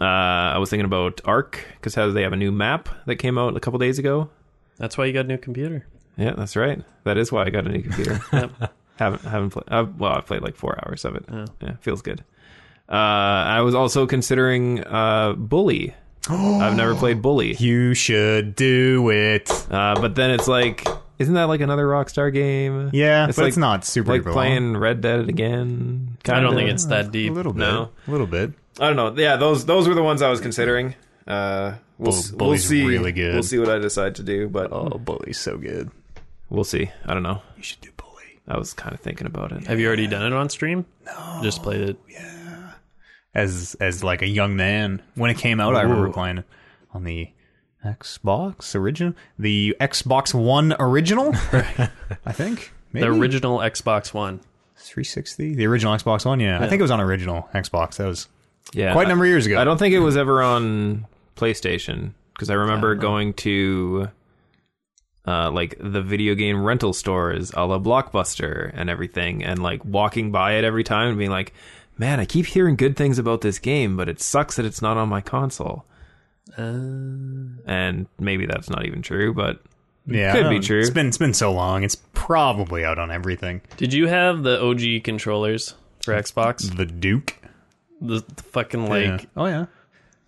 Uh, I was thinking about Arc because how they have a new map that came out a couple days ago.
That's why you got a new computer.
Yeah, that's right. That is why I got a new computer. haven't haven't played. Uh, well, I've played like four hours of it. Yeah, feels good. Uh, I was also considering uh, Bully. I've never played Bully,
You should do it.
uh, but then it's like, isn't that like another Rockstar game?
Yeah,
it's
but
like,
it's not super
like
duper long.
playing Red Dead again.
I don't
kinda.
think it's that
a
deep.
little bit,
No.
a little bit.
I don't know. Yeah, those those were the ones I was considering. Uh, we'll,
Bull-
s- we'll
Bully's
see.
really good.
We'll see what I decide to do, but
Oh, bully's so good.
we'll see. I don't know.
You should do bully.
I was kind of thinking about it.
Have you already done it on stream? No. Just played it.
As as like a young man, when it came out, I remember playing it on the Xbox original, the Xbox One original, I think. Maybe
The original Xbox One.
360, the original Xbox One. Yeah. I think it was on original Xbox. That was
Yeah,
quite a number of years ago.
I don't think it was ever on PlayStation because I remember going to uh, like the video game rental stores a la Blockbuster and everything, and like walking by it every time and being like, man, I keep hearing good things about this game, but it sucks that it's not on my console.
Uh.
and maybe that's not even true, but
Yeah,
Could
I
be
don't-
true.
It's been it's been so long. It's probably out on everything.
Did you have the OG controllers for Xbox?
The Duke.
The, the fucking like
yeah.
it
oh yeah.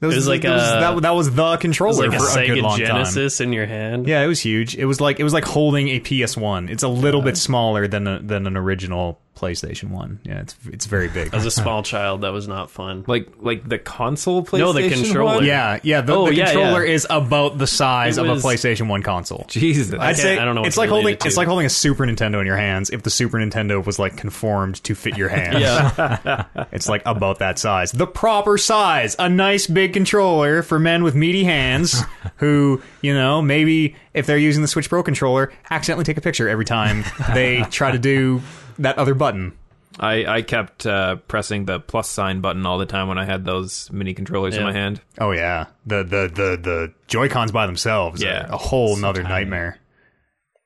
That was,
was like
that was,
a-
that, that was the
was
controller
like a
for a, good
Sega
long time.
Genesis in your hand.
Yeah, it was huge. It was like it was like holding a PS1. It's a little bit smaller than a, than an original PlayStation One. Yeah, it's it's very big.
As a small child, that was not fun.
like like the console PlayStation.
No, the controller.
one?
yeah, yeah. The,
Oh,
the
yeah,
controller
yeah.
is about the size
It
of a
was-
PlayStation One console.
Jesus.
I'd
can't-
say
I don't know what
It's
to
like
relate
holding
it to.
it's like holding a Super Nintendo in your hands. If the Super Nintendo was like conformed to fit your hand,
Yeah,
it's like about that size, the proper size, a nice big controller for men with meaty hands who you know maybe if they're using the Switch Pro controller, accidentally take a picture every time they try to do that other button.
I I kept uh, pressing the plus sign button all the time when I had those mini controllers in
Yeah.
my hand.
Oh yeah, the the the the Joy Cons by themselves. are
Yeah.
a whole nother nightmare.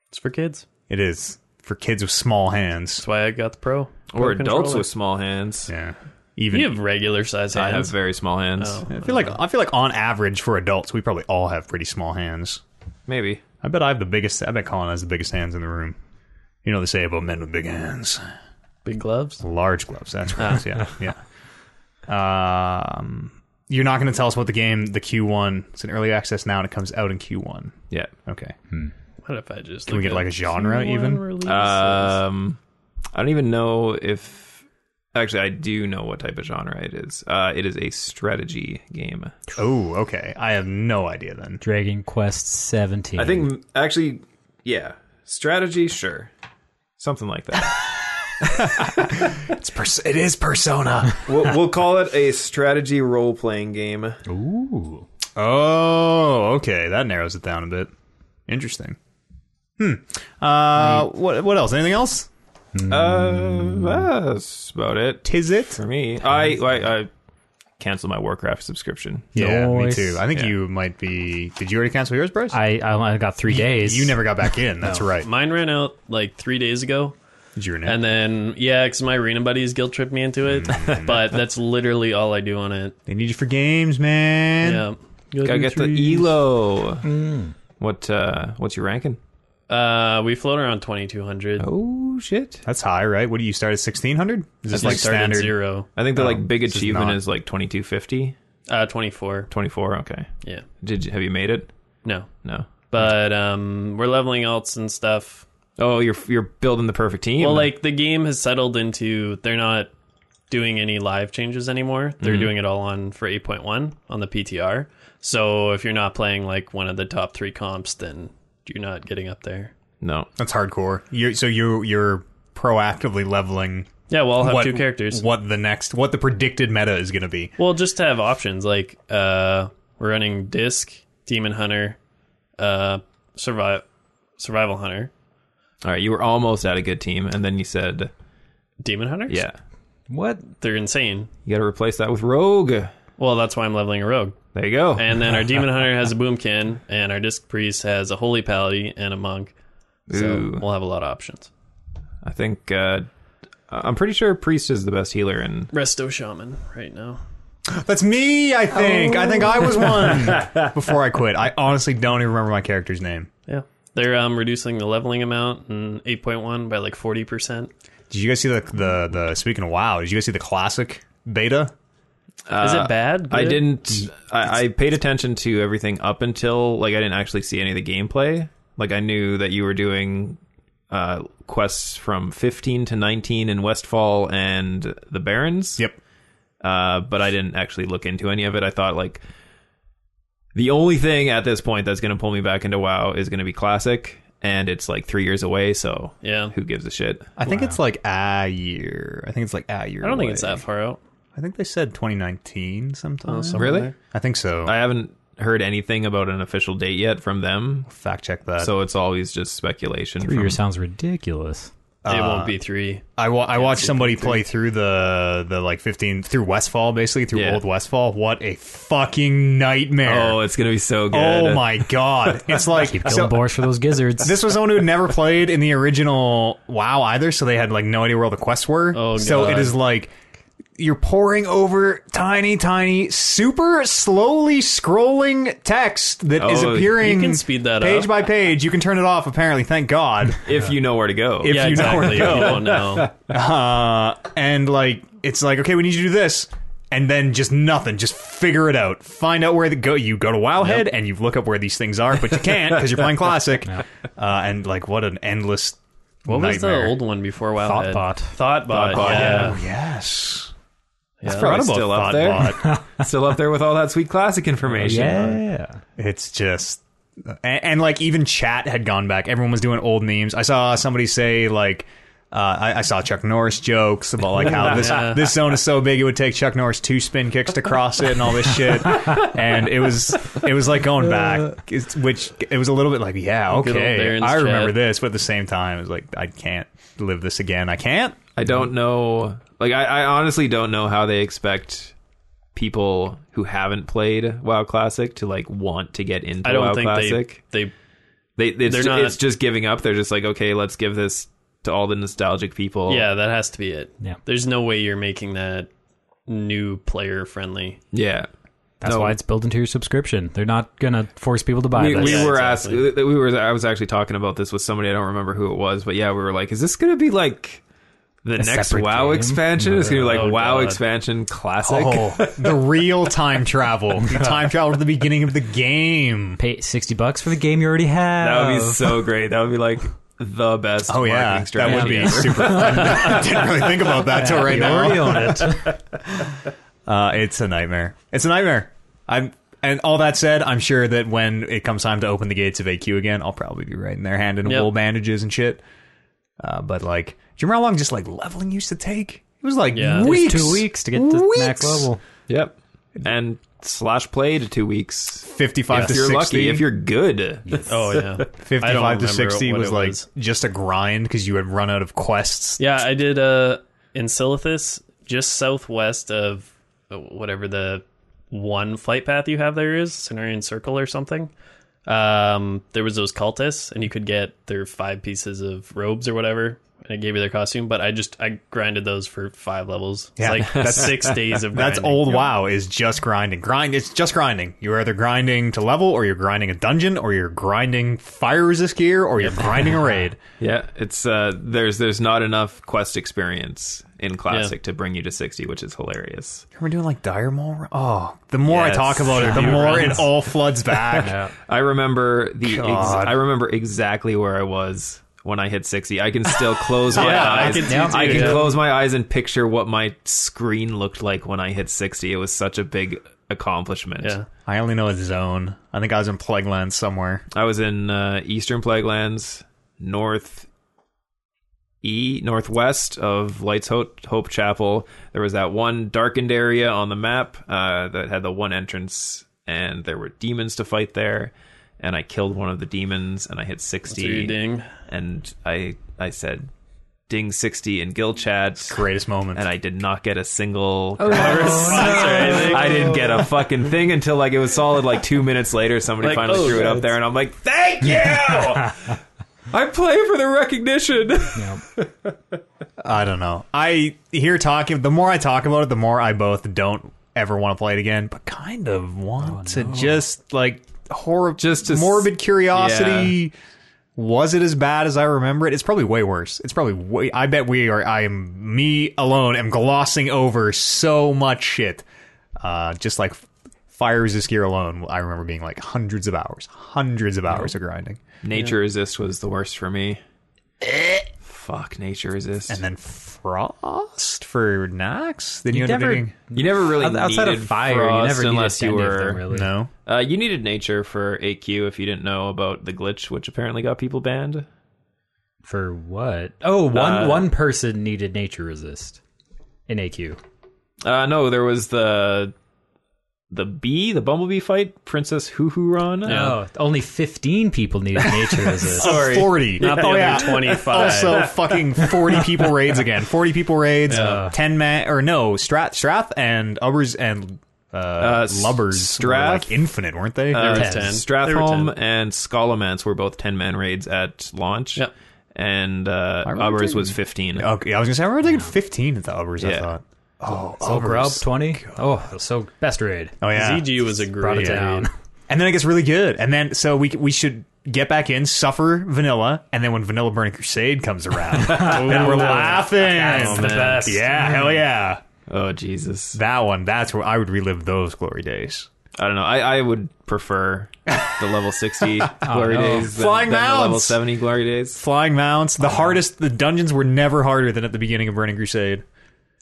it's for kids.
It is for kids with small hands.
That's why I got the pro. pro
Or adults
controller.
with small hands.
Yeah, even
You have regular size
I have
hands.
very small hands. Oh.
I feel like I feel like on average for adults, we probably all have pretty small hands.
Maybe.
I bet I have the biggest. I bet Colin has the biggest hands in the room. You know what they say about men with big hands,
Big gloves.
large gloves. That's right. yeah, yeah. Um, you're not going to tell us what the game, the Q1. It's an early access now, and it comes out in Q1.
Yeah.
Okay.
What if I just
Can we
look
get
at
like a genre even?
one release?
Um I don't even know if actually I do know what type of genre it is. Uh it is a strategy game.
Oh, okay. I have no idea then.
Dragon Quest 17.
I think actually yeah. Strategy, sure. Something like that.
It's pers- it is Persona.
we'll, we'll call it a strategy role playing game.
Ooh.
oh, okay. That narrows it down a bit. Interesting. Hmm. Uh, what what else? Anything else?
Uh, that's about it.
Tis it?
for me. I, I I canceled my Warcraft subscription.
Yeah, me
Nice.
too. I think
Yeah.
you might be. Did you already cancel yours, Bryce?
I, I only got three days.
you never got back in. That's right.
Mine ran out like three days ago.
Did you renew?
And then, yeah, because my arena buddies guilt tripped me into it.
Mm.
but that's literally all I do on it.
they need you for games, man.
Yeah.
Gotta get the E Elo. What uh, what's your ranking?
Uh, we float around 2200.
Oh shit!
That's high, right? What do you start at sixteen hundred? Is this
Just
like
started
standard?
zero.
I think the like big
this is
achievement
not-
is like 2250,
Uh, 24.
24. Okay.
Yeah.
Did you, have you made it?
No.
No.
But um, we're leveling alts and stuff.
Oh, you're you're building the perfect team.
Well, like the game has settled into they're not doing any live changes anymore. They're doing it all on for 8.1 on the PTR. So if you're not playing like one of the top three comps, then you're not getting up there.
no.
That's hardcore. You're, so you you're proactively leveling
Yeah, well, I'll have
what
two characters.
What the next? What the predicted meta is going to be?
Well, just to have options like uh, we're running Disc, Demon Hunter, uh, Survive, Survival Hunter,
All right, you were almost at a good team, and then you said,
Demon Hunter.
yeah,
What?
they're insane.
you got to replace that with Rogue. There
Well, that's why I'm leveling a rogue.
you go.
And then our Demon Hunter has a Boomkin, and our Disc Priest has a Holy Paladin and a Monk. So
Ooh.
we'll have a lot of options.
I think uh, I'm pretty sure Priest is the best healer in
Resto Shaman right now.
That's me, I think. I think I was one before I quit. I honestly don't even remember my character's name.
Yeah. They're um, reducing the leveling amount in 8.1 by like 40%.
Did you guys see the the, the speaking of WoW? Did you guys see the classic beta?
Is it bad?
I
Good?
didn't. I, I paid attention to everything up until like I didn't actually see any of the gameplay. Like I knew that you were doing uh, quests from 15 to 19 in Westfall and the Barrens.
Yep.
Uh, but I didn't actually look into any of it. I thought like the only thing at this point that's going to pull me back into WoW is going to be Classic, and it's like three years away. So
Yeah.
who gives a shit?
I think it's like a year. I think it's like a year.
I don't think it's that far out.
I think they said 2019 sometime.
Really?
I think so.
I haven't heard anything about an official date yet from them.
fact check that.
So it's always just speculation.
Three
from-
years sounds ridiculous.
it won't be three.
I wa- I watched somebody play through the the like 15 through Westfall basically through
Yeah.
old Westfall. What a fucking nightmare!
Oh, it's gonna be so good.
Oh my god! It's like
Kill
so-
boars for those gizzards.
this was someone who had never played in the original WoW either, so they had like no idea where all the quests were.
Oh,
so
God.
it is like you're pouring over tiny, tiny, super slowly scrolling text that is
Oh,
appearing.
you can speed that
page
up.
by page. You can turn it off. Apparently, thank God.
If you know where to go.
If
yeah,
you know where to
exactly.
go.
you don't know.
Uh, and like it's like okay, we need you to do this, and then just nothing. Just figure it out. Find out where the go. You go to Wowhead and you look up where these things are, but you can't because you're playing classic. Uh, and like what an endless.
What was the
nightmare.
old one before WoW?
Thoughtbot.
Thoughtbot.
Thoughtbot,
Yeah.
Oh yes.
probably-
yeah.
Forgot about
still up
Thoughtbot.
Still up there with all that sweet classic information.
yeah.
it's just and, and like even chat had gone back. Everyone was doing old memes. I saw somebody say like. Uh, I, I saw Chuck Norris jokes about like how this
Yeah.
this zone is so big it would take Chuck Norris two spin kicks to cross it and all this shit, and it was it was like going back, it's, which it was a little bit like yeah
old
okay
Darren's
I remember
chat.
this, but at the same time it was like I can't live this again. I can't.
I don't know. Like, I, I honestly don't know how they expect people who haven't played WoW Classic to like want to get into
I don't
WoW
think
Classic.
they they
They, they, it's,
they're
ju-
not-
it's just giving up. They're just like, okay, let's give this to all the nostalgic people.
Yeah, that has to be it.
Yeah.
There's no way you're making that new player friendly.
yeah.
That's
No.
why it's built into your subscription. They're not gonna force people to buy
We,
this.
we
Yeah,
were
exactly.
asked. We were. I was actually talking about this with somebody. I don't remember who it was, but yeah, we were like, "Is this going to be like the next
separate
WoW
game?
expansion? It's going to be like
Oh,
WoW
God.
expansion classic."
Oh, the real time travel, the time travel to the beginning of the game.
Pay sixty bucks for the game you already have.
That would be so great. That would be like the best.
Oh yeah,
marketing strategy
that would be
ever.
super. I didn't really think about that till right
You already
now.
own it.
Uh, it's a nightmare. It's a nightmare. I'm. And all that said, I'm sure that when it comes time to open the gates of AQ again, I'll probably be right in there handing
Yep.
wool bandages and shit. Uh, but like, do you remember how long just like leveling used to take? It was like
Yeah. It was
weeks,
Two weeks to get to
weeks.
max level.
Yep. And slash play to two weeks.
Fifty-five
If
to
you're
sixty.
lucky, if you're good.
Oh yeah.
55 to 60
what
was
it
like
was.
just a grind because you had run out of quests.
Yeah, I did uh in Silithus, just southwest of uh, whatever the one flight path you have there is, Cenarian Circle or something. Um there was those cultists and you could get their five pieces of robes or whatever. And it gave you their costume, but I just I grinded those for five levels. It's
Yeah,
like
that's-
six days of
That's
grinding.
old WoW is just grinding. Grind it's just grinding. You're either grinding to level or you're grinding a dungeon or you're grinding fire resist gear or you're grinding a raid.
Yeah. It's uh there's there's not enough quest experience in classic to bring you to sixty, which is hilarious.
Remember doing like Dire Maul? run- Oh, the more I
Yes.
talk about it, the
Few
more
runs.
it all floods back.
I remember the ex-
God.
I remember exactly where I was when I hit sixty. I can still close my
Yeah, I
eyes.
can do too,
I can
yeah.
close my eyes and picture what my screen looked like when I hit sixty. It was such a big accomplishment.
Yeah.
I only know a zone. I think I was in Plagueland somewhere.
I was in uh, Eastern Plaguelands, north e northwest of Lights Hope, Hope Chapel. There was that one darkened area on the map uh, that had the one entrance, and there were demons to fight there. And I killed one of the demons, and I hit
So you
sixty.
ding.
And I I said, "Ding sixty in guild chat."
Greatest moment.
And I did not get a single.
Sponsor, I think.
I didn't get a fucking thing until like it was solid like two minutes later. Somebody
Like,
finally
oh,
threw it up
that's-
there, and I'm like, "Thank you! I play for the recognition."
I don't know. I hear talking. The more I talk about it, the more I both don't ever want to play it again, but kind of want to just like horror,
Just to s-
morbid curiosity. Was it as bad as I remember it? It's probably way worse. It's probably way. I bet we are. I am me alone. Am glossing over so much shit. Uh, just like fire resist gear alone, I remember being like hundreds of hours, hundreds of hours of grinding,
Nature resist was the worst for me. Eh. Fuck nature resist.
and then frost for Nax. Then you, end up
never-
doing
you never really
Outside
needed
of fire, you
frost
never
unless you were
really.
no.
Uh, you needed nature for AQ if you didn't know about the glitch, which apparently got people banned.
For what? Oh,
Uh,
one one person needed nature resist in AQ.
Uh, no, there was the the bee, the bumblebee fight, Princess Huhuron.
Oh, only 15 people needed nature as a.
Sorry.
40.
Not the
Oh,
other
yeah.
25.
Also, fucking 40 people raids again. 40 people raids, 10 men, or no, Strath, Strath and Ubbers and uh, Lubbers were
Strath,
like infinite, weren't they?
Uh,
There
Ten.
was 10. There were
Strathholm
10.
and Scholomance were both 10 man raids at launch.
Yep.
And uh,
remember
Ubbers
taking-
was 15.
okay, I was going to say, I remember taking 15 at the Ubbers, I
Yeah.
thought. Oh,
Oh, grub
Ubbers.
20? Oh, so best raid.
Oh, yeah.
ZG was a great
Brought it
idea.
down.
And then it gets really good. And then so we we should get back in, suffer vanilla, and then when Vanilla Burning Crusade comes around, then we're laughing.
That's the best.
Yeah, hell yeah.
Oh, Jesus.
That one, that's where I would relive those glory days.
I don't know. I, I would prefer the level 60 glory
no.
days than,
Flying
than the level
mounts!
70 glory days.
Flying mounts, the hardest the dungeons were never harder than at the beginning of Burning Crusade.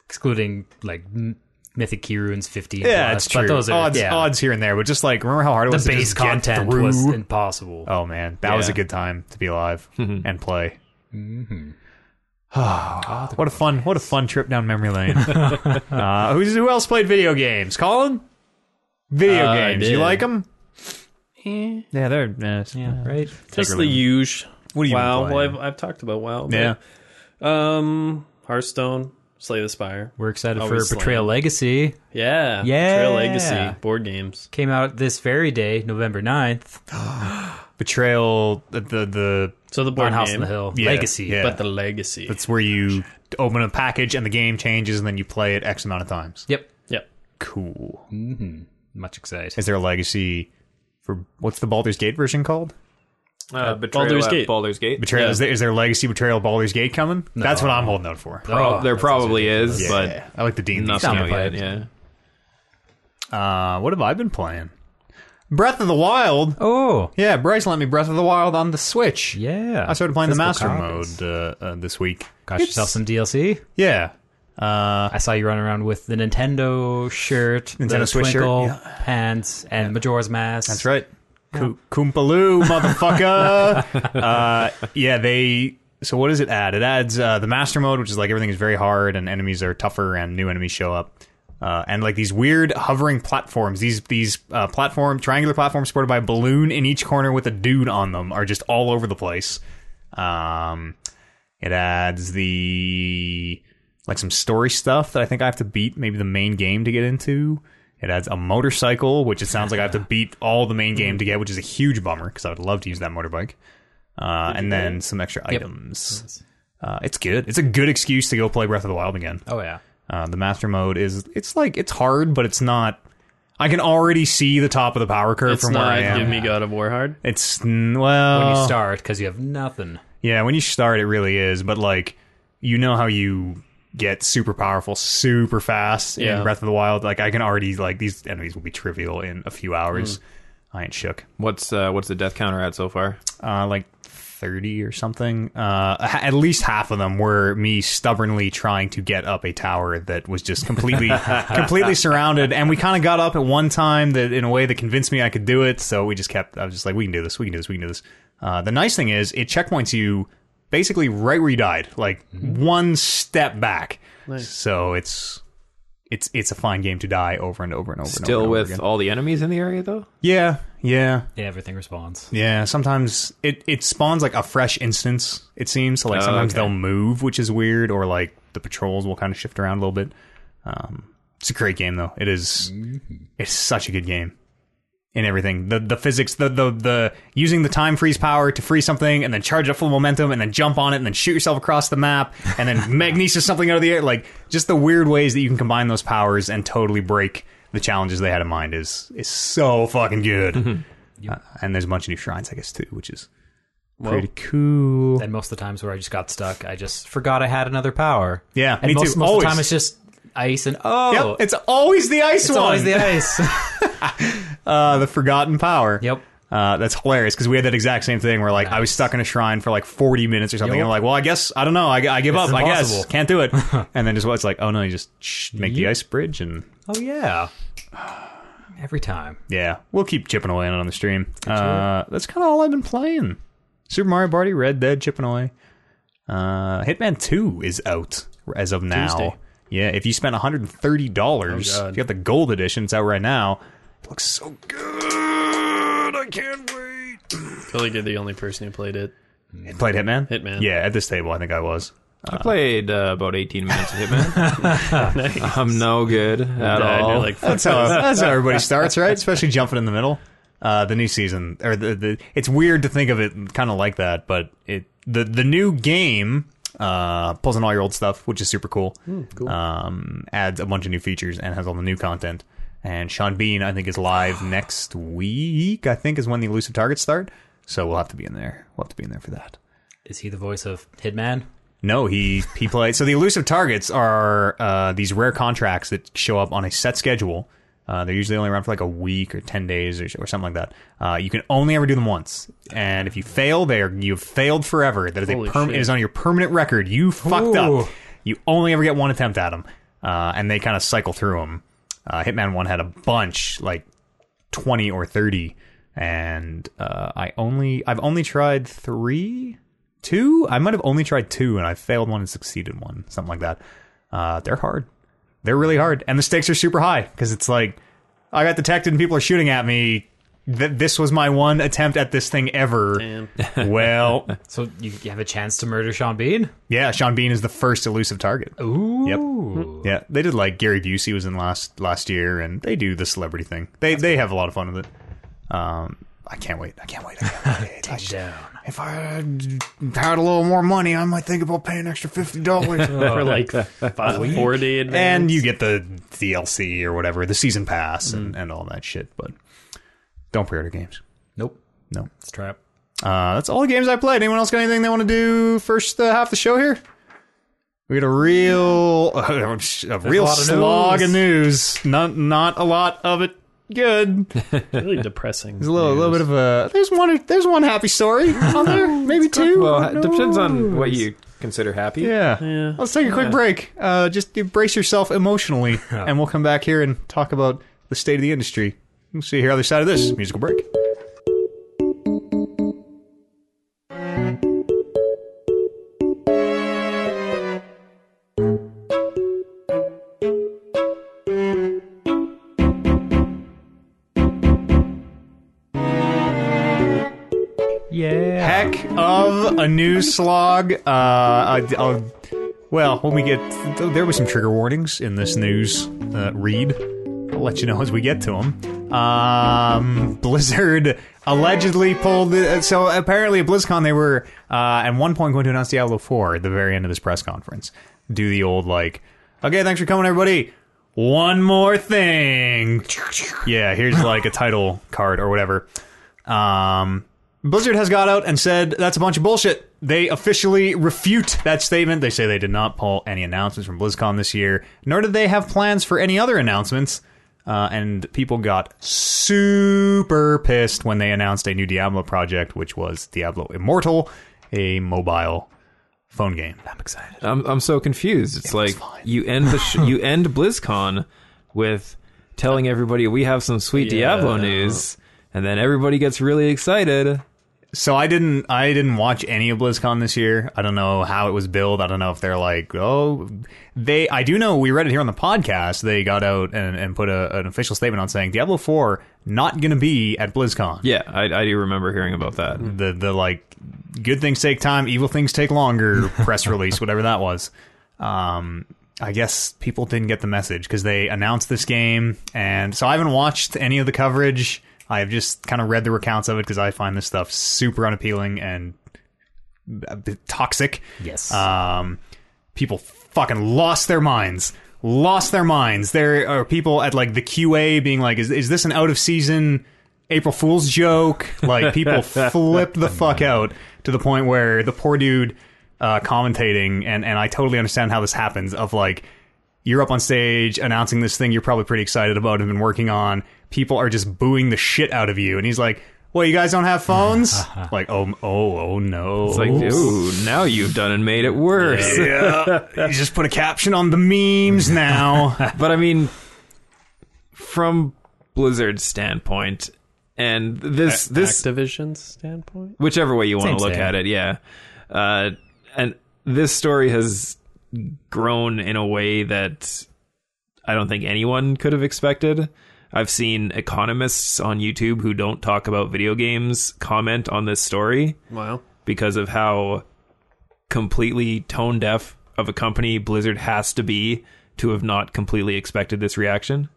Excluding, like, m- Mythic Key Ruins 15.
Yeah,
plus,
it's true.
But those are,
odds,
yeah.
odds here and there, but just like remember how hard it
The
was to
base
just get
content
through?
was impossible.
Oh man, that was a
Yeah.
good time to be alive and play. Mm-hmm. what a fun, what a fun trip down memory lane. uh, who's, who else played video games? Colin, video
Uh, I
games. You
did.
like them?
Eh,
Yeah, they're yeah.
Right?
Just the huge.
What do you
wow.
playing?
Well, I've, I've talked about WoW. but,
yeah.
Um, Hearthstone, Slay the Spire.
We're
oh,
excited
Always
for
slam.
Betrayal Legacy.
Yeah.
Yeah.
Trail Legacy board games.
Came out this very day, November 9th,
Betrayal. The the, the
So the
on
board
House on
game,
the Hill.
Yeah,
Legacy.
yeah.
but the Legacy.
that's where you open a package and the game changes and then you play it X amount of times.
Yep.
yep.
Cool.
Much excited.
Is there a legacy for what's the Baldur's Gate version called?
Uh, betrayal
Baldur's
at
Gate.
Baldur's Gate.
Betrayal.
Yeah.
Is, there, is there legacy betrayal Baldur's Gate coming? That's what I'm holding out for.
Pro-
Oh,
there
that sounds
probably is,
Yeah,
but
I like the D and D
nothing
down the
yet.
pipe.
Yeah.
Uh, what have I been playing? Breath of the Wild.
Oh,
Yeah, Bryce lent me Breath of the Wild on the Switch.
yeah.
I started playing the
Physical
Master
copies.
Mode uh, uh, this week.
Got yourself some DLC.
Yeah. Uh,
I saw you running around with the Nintendo shirt,
Nintendo
the
Switch shirt,
Twinkle pants, and Majora's Mask.
that's right. Ko- Koompaloo, motherfucker. uh, yeah, they. So what does it add? It adds uh, the Master Mode, which is like everything is very hard and enemies are tougher and new enemies show up. Uh, and like these weird hovering platforms, these these uh, platform triangular platforms supported by a balloon in each corner with a dude on them are just all over the place. Um, It adds the like some story stuff that I think I have to beat maybe the main game to get into. It adds a motorcycle, which it sounds like I have to beat all the main game to get, which is a huge bummer because I would love to use that motorbike. Uh, and then some extra items. Uh, it's good. It's a good excuse to go play Breath of the Wild again.
Oh yeah.
Uh, the master mode is it's like it's hard, but it's not. I can already see the top of the power curve
It's
from where I
not
am.
Give Me God of War hard.
it's n- well
When you start, because you have nothing.
yeah, when you start, it really is. But like, you know how you get super powerful super fast in
Yeah.
Breath of the Wild. Like, I can already like these enemies will be trivial in a few hours. I ain't shook.
What's uh, what's the death counter at so far?
Uh, like thirty or something. Uh, h- at least half of them were me stubbornly trying to get up a tower that was just completely, completely surrounded. And we kind of got up at one time that in a way that convinced me I could do it. So we just kept. I was just like, we can do this. We can do this. We can do this. Uh, the nice thing is, it checkpoints you basically right where you died, like one step back. So it's. It's it's a fine game to die over and over and over. and over
Still
and over
with
again.
all the enemies in the area though.
yeah, yeah.
Yeah, everything responds.
Yeah, sometimes it, it spawns like a fresh instance, it seems. So like
Oh,
sometimes
okay.
they'll move, which is weird, or like the patrols will kind of shift around a little bit. Um, it's a great game though. It is-
Mm-hmm.
it's such a good game. In everything. The the physics, the, the the using the time freeze power to free something and then charge up full momentum and then jump on it and then shoot yourself across the map and then magnesis something out of the air. Like just the weird ways that you can combine those powers and totally break the challenges they had in mind is is so fucking good.
Mm-hmm.
Uh, and there's a bunch of new shrines, I guess, too, which is pretty cool.
And most of the times where I just got stuck, I just forgot I had another power.
Yeah,
and
me
most,
too,
most of
always.
the time it's just ice and oh,
Yep, it's always the ice
it's
one.
always the ice.
uh, the forgotten power.
Yep.
Uh, that's hilarious because we had that exact same thing where like I was stuck in a shrine for like 40 minutes or something.
Yep.
And I'm like, well, I guess I don't know. I, I give up. I guess
impossible.
can't do it. and then just well, it's like, oh no, you just shh, make the ice bridge and
oh yeah. Every time.
yeah, we'll keep chipping away on it on the stream. Uh, that's kind of all I've been playing. Super Mario Party, Red Dead, chipping away. Uh, Hitman Two is out as of now.
Tuesday.
Yeah, if you spent one hundred and thirty dollars,
Oh, God.
if you got the gold edition, it's out right now. It looks so good. I can't wait.
I feel like you're the only person who played it.
Played Hitman?
Hitman.
Yeah, at this table, I think I was.
I played uh, about 18 minutes of Hitman. I'm no good at
Yeah, and you're
all.
like, fuck
That's how, that's how everybody starts, right? Especially jumping in the middle. Uh, the new season, or the, the it's weird to think of it kind of like that, but it the the new game uh, pulls in all your old stuff, which is super cool. Hmm, cool. Um, adds a bunch of new features and has all the new content. And Sean Bean, I think, is live next week. I think is when the elusive targets start. So we'll have to be in there. We'll have to be in there for that.
Is he the voice of Hitman?
No, he he played. So the elusive targets are uh, these rare contracts that show up on a set schedule. Uh, they're usually only around for like a week or ten days or, or something like that. Uh, you can only ever do them once, and if you fail, they are you've failed forever. That is
Holy
a perm-
shit.
it is on your permanent record. You fucked
Ooh.
up. You only ever get one attempt at them, uh, and they kind of cycle through them. Uh, Hitman One had a bunch, like 20 or 30 and uh, i only i've only tried three two i might have only tried two and i failed one and succeeded one something like that uh, they're hard they're really hard and the stakes are super high because it's like i got detected and people are shooting at me Th- this was my one attempt at this thing ever
Damn.
well
So you you have a chance to murder Sean Bean?
yeah sean bean is the first elusive target
Ooh.
yeah they did like gary busey was in last last year and they do the celebrity thing they they have a lot of fun with it um i can't wait i can't wait i can't wait I should-
Down.
If I had had a little more money, I might think about paying an extra fifty dollars.
for like five, four day advance.
and you get the DLC or whatever, the season pass, and, and all that shit. But don't pre-order games.
Nope.
No,
It's a trap.
uh, that's all the games I played. Anyone else got anything they want to do first uh, half the show here? We got a real, a real
lot of
slog of news. Not not a lot of it good.
really depressing.
There's a little, little bit of a. There's one. There's one happy story on there. Maybe two.
well, it depends on what you consider happy.
Yeah.
Yeah.
Let's take a quick break. Uh, just brace yourself emotionally, and we'll come back here and talk about the state of the industry. We'll see you here on the other side of this musical break.
Yeah.
Heck of a news slog. Uh, I, I'll, well, when we get there was some trigger warnings in this news uh, read. I'll let you know as we get to them. Um, Blizzard allegedly pulled. The, uh, so apparently at BlizzCon they were uh, at one point going to announce Diablo Four at the very end of this press conference. Do the old like, okay, thanks for coming, everybody. One more thing. Yeah, here's like a title card or whatever. Um, Blizzard has got out and said that's a bunch of bullshit. They officially refute that statement. They say they did not pull any announcements from BlizzCon this year, nor did they have plans for any other announcements. Uh, and people got super pissed when they announced a new Diablo project, which was Diablo Immortal, a mobile phone game. I'm excited.
I'm I'm so confused. It's like you end the sh- you end BlizzCon with telling everybody we have some sweet
Yeah.
Diablo news, and then everybody gets really excited.
So I didn't I didn't watch any of BlizzCon this year. I don't know how it was billed. I don't know if they're like, oh, they. I do know we read it here on the podcast. They got out and, and put a, an official statement on saying Diablo Four not going to be at BlizzCon.
Yeah, I, I do remember hearing about that.
Hmm.
The the like good things take time, evil things take longer. press release, whatever that was. Um, I guess people didn't get the message because they announced this game, and so I haven't watched any of the coverage. I've just kind of read the recounts of it because I find this stuff super unappealing and a bit toxic.
Yes.
Um, people fucking lost their minds. Lost their minds. There are people at like the QA being like, "Is is this an out of season April Fool's joke?" Like people flipped the fuck out to the point where the poor dude uh, commentating, and and I totally understand how this happens. Of like, you're up on stage announcing this thing you're probably pretty excited about and been working on. People are just booing the shit out of you, and he's like, "Well, you guys don't have phones?" like, oh, oh, oh no!
It's like, ooh, now you've done and made it worse.
yeah. You just put a caption on the memes now.
But I mean, from Blizzard's standpoint, and this this
Activision's standpoint.
whichever way you want
Same,
to look
same.
at it, yeah. Uh, and this story has grown in a way that I don't think anyone could have expected. I've seen economists on YouTube who don't talk about video games comment on this story
Wow.
because of how completely tone deaf of a company Blizzard has to be to have not completely expected this reaction.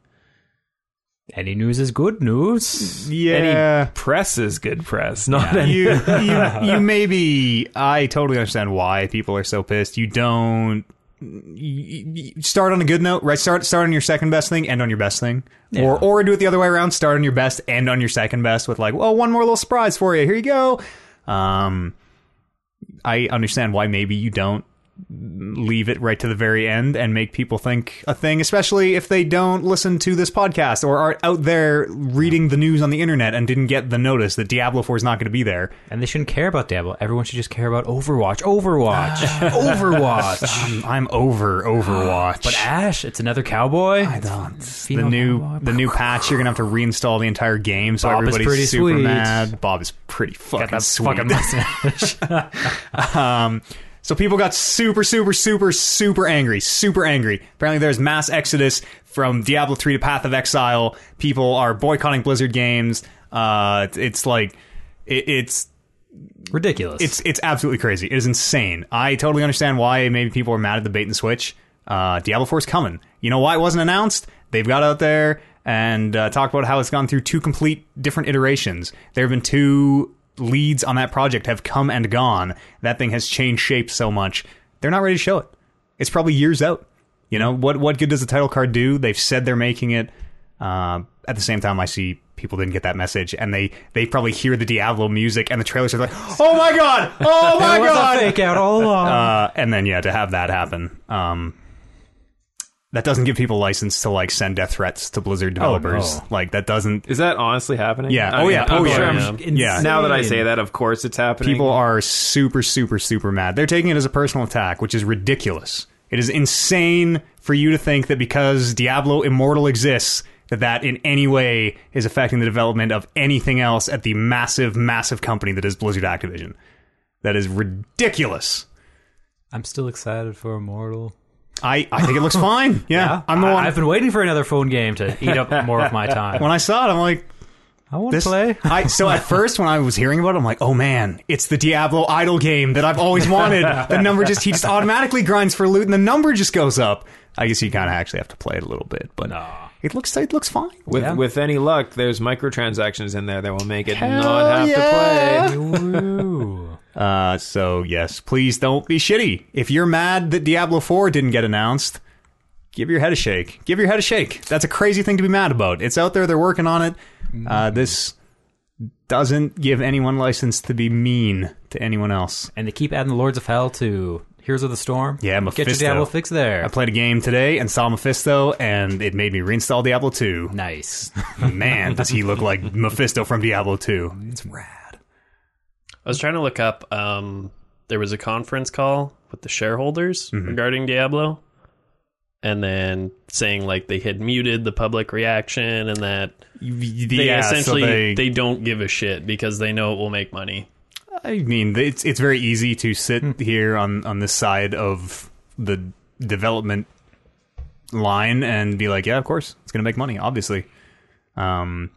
Any news is good news.
Yeah.
Any press is good press, not any.
you, you, you maybe I totally understand why people are so pissed. You don't you, you start on a good note, right? Start start on your second best thing, end on your best thing, or or do it the other way around. Start on your best, end on your second best, with like, well, one more little surprise for you. Here you go. Um, I understand why maybe you don't leave it right to the very end and make people think a thing, especially if they don't listen to this podcast or are out there reading the news on the internet and didn't get the notice that Diablo 4 is not going to be there.
And they shouldn't care about Diablo. Everyone should just care about Overwatch. Overwatch. Overwatch.
I'm, Um, I'm over Overwatch.
But Ash, it's another cowboy.
I don't. The
Female
new
cowboy.
the new patch, you're gonna have to reinstall the entire game, so
Bob is
everybody's
pretty
super
sweet.
mad. Bob is pretty fucking
that
sweet.
fucking mustache.
Um, so people got super, super, super, super angry, super angry. Apparently, there's mass exodus from Diablo 3 to Path of Exile. People are boycotting Blizzard games. Uh, it's- it's like it, it's
Ridiculous.
it's it's absolutely crazy. It is insane. I totally understand why maybe people are mad at the bait and switch. Uh, Diablo 4 is coming. You know why it wasn't announced? They've got out there and uh, talked about how it's gone through two complete different iterations. There have been two leads on that project have come and gone. That thing has changed shape so much. They're not ready to show it. It's probably years out. You know what? What good does the title card do? They've said they're making it. Um, at the same time, I see people didn't get that message, and they they probably hear the Diablo music and the trailers are like, "Oh my god! Oh my
It was a
god!"
fake out all along.
Uh, and then yeah, to have that happen, um, that doesn't give people license to like send death threats to Blizzard developers.
no.
Like that doesn't.
Is that honestly happening?
Yeah.
I
Oh,
mean,
yeah.
I'm
Oh, yeah.
sure I'm-
Yeah.
yeah.
Now that I say that, of course it's happening.
People are super, super, super mad. They're taking it as a personal attack, which is ridiculous. It is insane for you to think that because Diablo Immortal exists, that that in any way is affecting the development of anything else at the massive, massive company that is Blizzard Activision. That is ridiculous.
I'm still excited for Immortal.
I, I think it looks fine. Yeah, I'm the
I-
one.
I've been waiting for another phone game to eat up more of my time.
when I saw it, I'm like,
I want to
this.
play.
I, so at first, when I was hearing about it, I'm like, oh man, it's the Diablo idle game that I've always wanted. The number just he just automatically grinds for loot, and the number just goes up. I guess you kind of actually have to play it a little bit, but it looks it looks fine.
with
Yeah.
with any luck, there's microtransactions in there that will make it
Hell
not have
yeah.
to play.
Ooh.
Uh, so yes, please don't be shitty. If you're mad that Diablo Four didn't get announced, give your head a shake. Give your head a shake. That's a crazy thing to be mad about. It's out there. They're working on it. Uh, this doesn't give anyone license to be mean to anyone else.
And they keep adding the Lords of Hell to Heroes of the Storm.
Yeah,
Get your
Mephisto.
Diablo fix there.
I played a game today and saw Mephisto, and it made me reinstall Diablo 2.
nice.
Man, does he look like Mephisto from Diablo 2. It's rad.
I was trying to look up. Um, there was a conference call with the shareholders
Mm-hmm.
regarding Diablo, and then saying like they had muted the public reaction and that they
Yeah,
essentially
so
they...
they,
don't give a shit because they know it will make money.
I mean, it's it's very easy to sit here on on this side of the development line and be like, yeah, of course, it's going to make money, obviously. Um,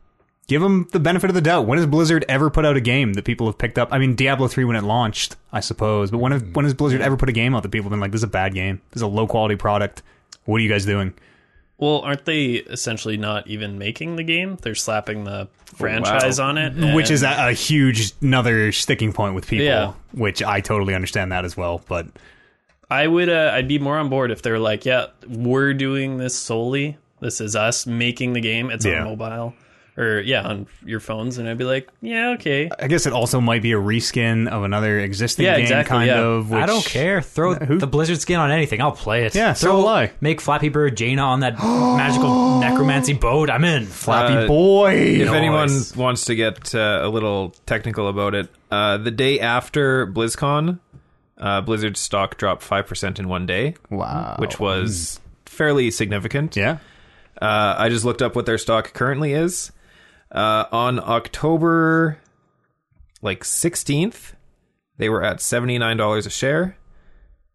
give them the benefit of the doubt. When has Blizzard ever put out a game that people have picked up? I mean, Diablo three when it launched, I suppose, but when have, when has Blizzard ever put a game out that people have been like, this is a bad game, this is a low quality product. What are you guys doing?
Well, aren't they essentially not even making the game? They're slapping the franchise on it,
which is
and-
a, a huge another sticking point with people,
Yeah.
which I totally understand that as well. But
I would uh, I'd be more on board if they're like, yeah, we're doing this solely. This is us making the game. It's
Yeah.
on mobile or yeah, on your phones and I'd be like, yeah, okay.
I guess it also might be a reskin of another existing
Yeah,
game,
exactly,
kind
yeah.
of. Which,
I don't care. Throw the Blizzard skin on anything. I'll play it.
Yeah, so will I.
Make Flappy Bird Jaina on that magical necromancy boat. I'm in.
Flappy
Uh,
boy.
If anyone
Nice.
wants to get uh, a little technical about it, uh, the day after BlizzCon, uh, Blizzard's stock dropped five percent in one day,
wow.
which was fairly significant.
yeah,
Uh, I just looked up what their stock currently is. Uh, on October like 16th, they were at $79 a share.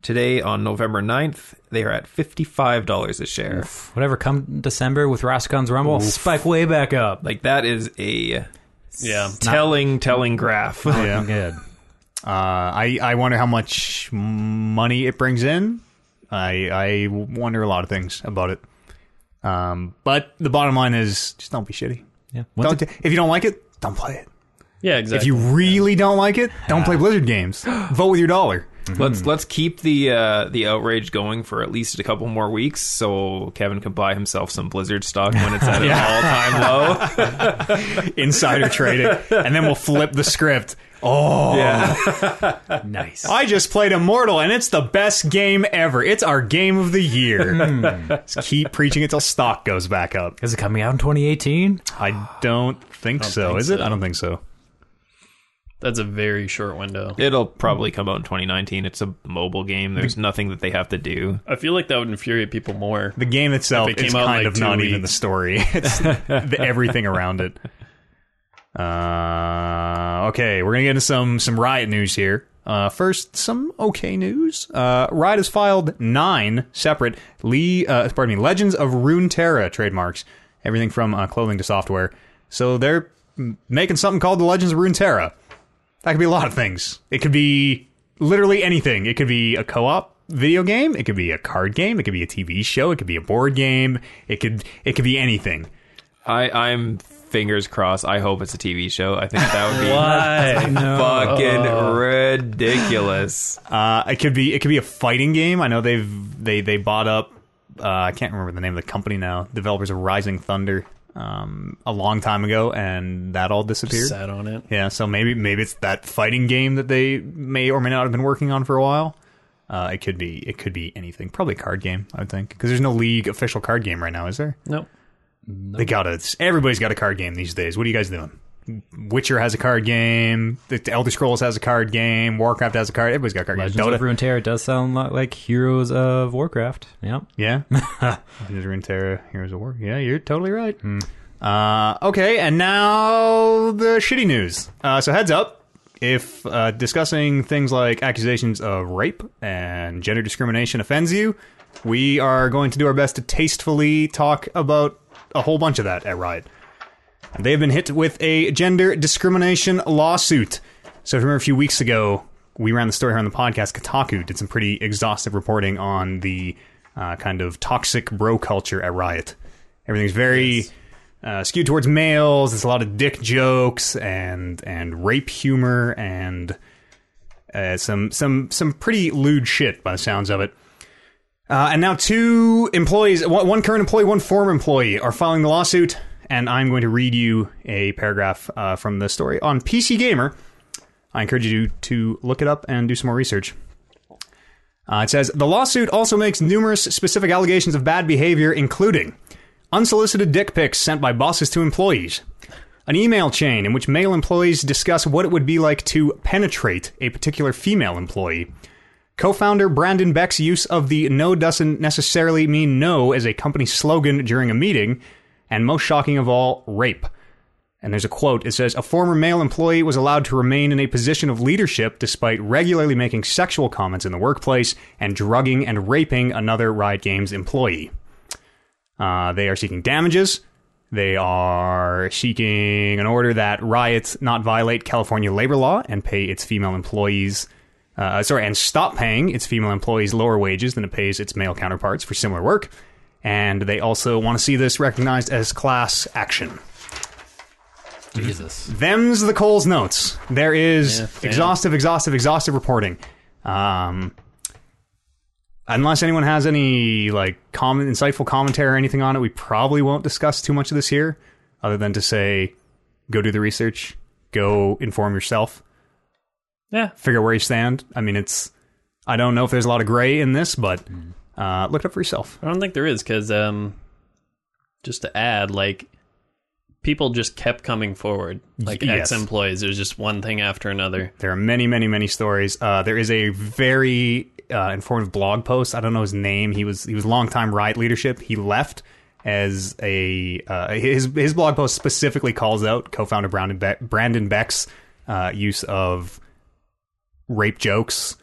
Today, on November 9th, they are at $55 a share.
Whatever, come December with Rascon's Rumble, spike way back up.
Like, that is a
Yeah.
telling, telling graph.
Yeah.
Good.
Uh, I I wonder how much money it brings in. I I wonder a lot of things about it. Um, but the bottom line is just don't be shitty.
Yeah. Once
Don't if you don't like it, don't play it.
Yeah, exactly.
If you really don't like it, don't play Blizzard games. Vote with your dollar.
Let's let's keep the uh, the outrage going for at least a couple more weeks, so Kevin can buy himself some Blizzard stock when it's at an all time low.
Insider trading, and then we'll flip the script. Oh,
yeah,
it- nice.
I just played Immortal, and it's the best game ever. It's our game of the
Hmm.
year. just keep preaching until stock goes back up.
Is it coming out in 2018?
I don't think so.
think
is it?
so.
I don't think so.
That's a very short window.
it'll probably come out in 2019. It's a mobile game. There's nothing that they have to do.
I feel like that would infuriate people more.
The game itself
If it
is
came out in,
kind
like,
of
two
not even the
weeks.
story. It's the, everything around it. Uh, okay, we're gonna get into some some Riot news here. Uh, first, some okay news. Uh, Riot has filed nine separate Lee, uh, pardon me, Legends of Runeterra trademarks. Everything from uh, clothing to software. So they're m- making something called the Legends of Runeterra. That could be a lot of things. It could be literally anything. It could be a co-op video game. It could be a card game. It could be a TV show. It could be a board game. It could it could be anything.
I I'm fingers crossed. I hope it's a TV show. I think that would be
Why?
fucking
Oh.
ridiculous.
Uh, it could be it could be a fighting game. I know they've they they bought up. Uh, I can't remember the name of the company now. Developers of Rising Thunder um, a long time ago, and that all disappeared.
Sat on it.
Yeah, so maybe maybe it's that fighting game that they may or may not have been working on for a while. Uh, it could be it could be anything. Probably a card game, I would think, because there's no league official card game right now, is there?
Nope.
They got it. Everybody's got a card game these days. What are you guys doing? Witcher has a card game. The the Elder Scrolls has a card game. Warcraft has a card. Everybody's got a card game.
Legends of
Dota,
Runeterra does sound li- like Heroes of Warcraft. Yep.
yeah. Legends of Runeterra, Heroes of War. Yeah, you're totally right. Uh, okay, and now the shitty news. Uh, so heads up, if uh, discussing things like accusations of rape and gender discrimination offends you, we are going to do our best to tastefully talk about a whole bunch of that at Riot. And They've been hit with a gender discrimination lawsuit. So if you remember a few weeks ago, we ran the story here on the podcast. Kotaku did some pretty exhaustive reporting on the uh, kind of toxic bro culture at Riot. Everything's very uh, skewed towards males. There's a lot of dick jokes and and rape humor and uh, some some some pretty lewd shit by the sounds of it. Uh, and now two employees, one one current employee, one former employee, are filing the lawsuit. And I'm going to read you a paragraph uh, from the story on PC Gamer. I encourage you to, to look it up and do some more research. Uh, it says the lawsuit also makes numerous specific allegations of bad behavior, including unsolicited dick pics sent by bosses to employees, an email chain in which male employees discuss what it would be like to penetrate a particular female employee, co founder Brandon Beck's use of the no doesn't necessarily mean no as a company slogan during a meeting, and most shocking of all, rape. And there's a quote. It says, A former male employee was allowed to remain in a position of leadership despite regularly making sexual comments in the workplace and drugging and raping another Riot Games employee. Uh, they are seeking damages. They are seeking an order that Riot not violate California labor law and pay its female employees, uh, sorry, and stop paying its female employees lower wages than it pays its male counterparts for similar work. And they also want to see this recognized as class action.
Jesus.
Them's the Coles notes. There is
Yeah, fam.
exhaustive, exhaustive, exhaustive reporting. Um, unless anyone has any like comment, insightful commentary or anything on it, we probably won't discuss too much of this here, other than to say, go do the research, go inform yourself,
Yeah.
figure out where you stand. I mean, it's I don't know if there's a lot of gray in this, but uh, look it up for yourself.
I don't think there is because um, just to add, like people just kept coming forward, like
yes.
ex-employees. It was just one thing after another.
There are many, many, many stories. Uh, there is a very uh, informative blog post. I don't know his name. He was he was longtime riot leadership. He left as a uh, his his blog post specifically calls out co-founder Brandon Beck, Brandon Beck's uh, use of rape jokes,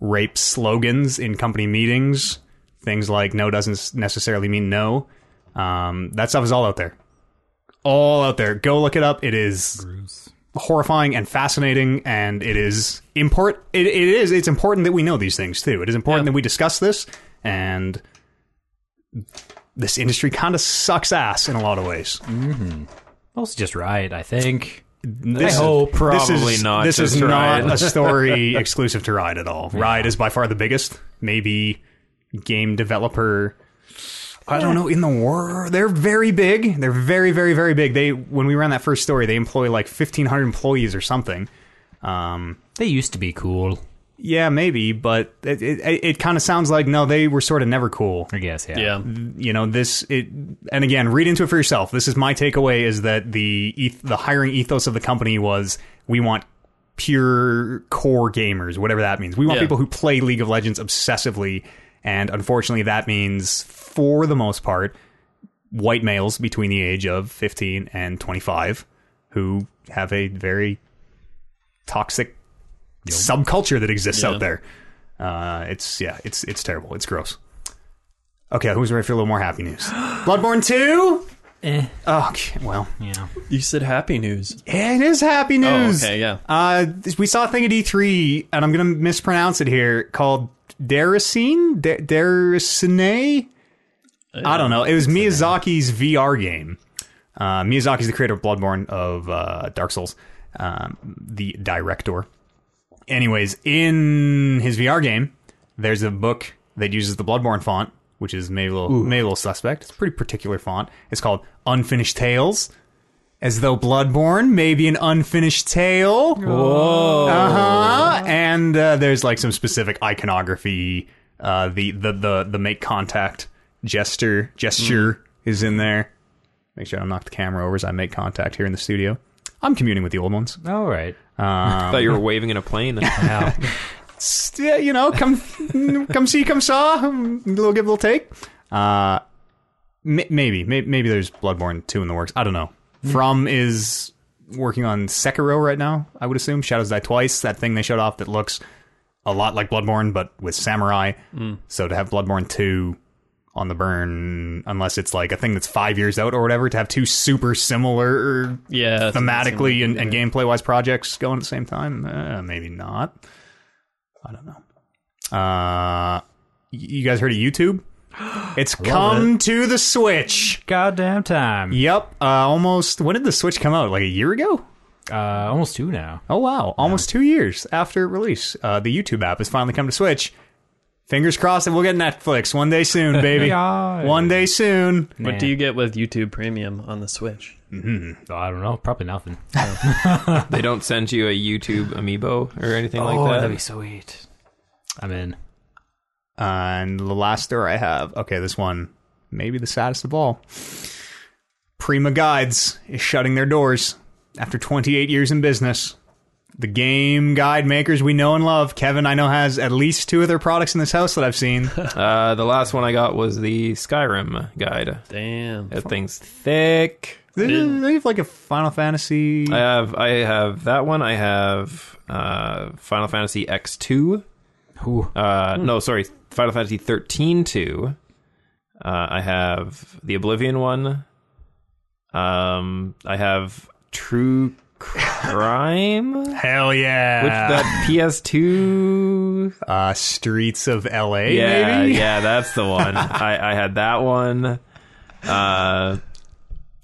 rape slogans in company meetings. Things like "no" doesn't necessarily mean no. Um, that stuff is all out there, all out there. Go look it up. It is horrifying and fascinating, and it is import. It, it is. It's important that we know these things too. It is important
Yeah.
that we discuss this, and this industry kind of sucks ass in a lot of ways.
Mostly just riot, I think.
This
hope
Mm, probably
is,
not
This
just
is
Riot.
not a story exclusive to Riot at all. Riot is by far the biggest, maybe game developer. I don't know in the world. They're very big. They're very, very, very big. They when we ran that first story, they employ like fifteen hundred employees or something. Um,
They used to be cool,
yeah, maybe, but it it, it kind of sounds like no, they were sort of never cool
I guess. Yeah.
Yeah.
you know this it and again read into it for yourself this is my takeaway is that the eth- the hiring ethos of the company was we want pure core gamers whatever that means we want
Yeah.
people who play league of legends obsessively and unfortunately that means for the most part white males between the age of 15 and 25 who have a very toxic subculture that exists
Yeah.
out there uh, it's yeah it's it's terrible it's gross Okay, who's ready for a little more happy news? Bloodborne 2?
Eh,
Oh, okay, well.
yeah.
You said happy news.
It is happy news.
Oh, okay, yeah.
Uh, th- we saw a thing at E3, and I'm going to mispronounce it here, called Deracine? Der- Deracine?
Uh,
I don't know. It was Miyazaki's VR game. Uh, Miyazaki's the creator of Bloodborne, of uh, Dark Souls, um, the director. Anyways, in his VR game, there's a book that uses the Bloodborne font, which is maybe a little, maybe a little suspect. It's a pretty particular font. It's called Unfinished Tales. As though Bloodborne may be an unfinished tale. Whoa. Uh-huh. And uh, there's like some specific iconography. Uh, the, the, the, the make contact gesture gesture is in there. Make sure I don't knock the camera over as I make contact here in the studio. I'm communing with the old ones.
All right.
I thought you
Um,
were waving in a plane.
Now,
Still, you know, come come see, come saw, little give, little take. Uh, may- maybe, may- maybe there's Bloodborne two in the works. I don't know. From is working on Sekiro right now. I would assume Shadows Die Twice, that thing they showed off that looks a lot like Bloodborne but with samurai. So to have Bloodborne two on the burn, unless it's like a thing that's five years out or whatever, to have two super similar
Yeah. it's-
thematically and, and gameplay wise projects going at the same time? Uh, maybe not. I don't know. Uh, y- you guys heard of YouTube? It's come to the Switch.
goddamn time.
Yep. Uh, almost. When did the Switch come out? Like a year ago?
Uh, almost two now.
Oh, wow. Almost two years after release. Uh, the YouTube app has finally come to Switch. Fingers crossed that we'll get Netflix one day soon, baby.
Yeah.
One day soon.
What do you get with YouTube Premium on the Switch?
Oh, I don't know. Probably nothing.
they don't send you a YouTube amiibo or anything
oh,
like that.
that'd be sweet. I'm in.
And the last story I have, okay, this one, maybe the saddest of all. Prima Guides is shutting their doors after 28 years in business. The game guide makers we know and love, Kevin, I know, has at least two of their products in this house that I've seen.
Uh, the last one I got was the Skyrim guide.
Damn.
That thing's thick.
they they have like a Final Fantasy.
I have I have that one. I have uh, Final Fantasy X two.
Ooh.
Uh, No, sorry, Final Fantasy thirteen two. Uh, I have the Oblivion one. Um, I have True Crime, which
Hell yeah.
that PS two
uh, Streets of LA,
yeah,
maybe?
yeah, that's the one. I, I had that one. Uh,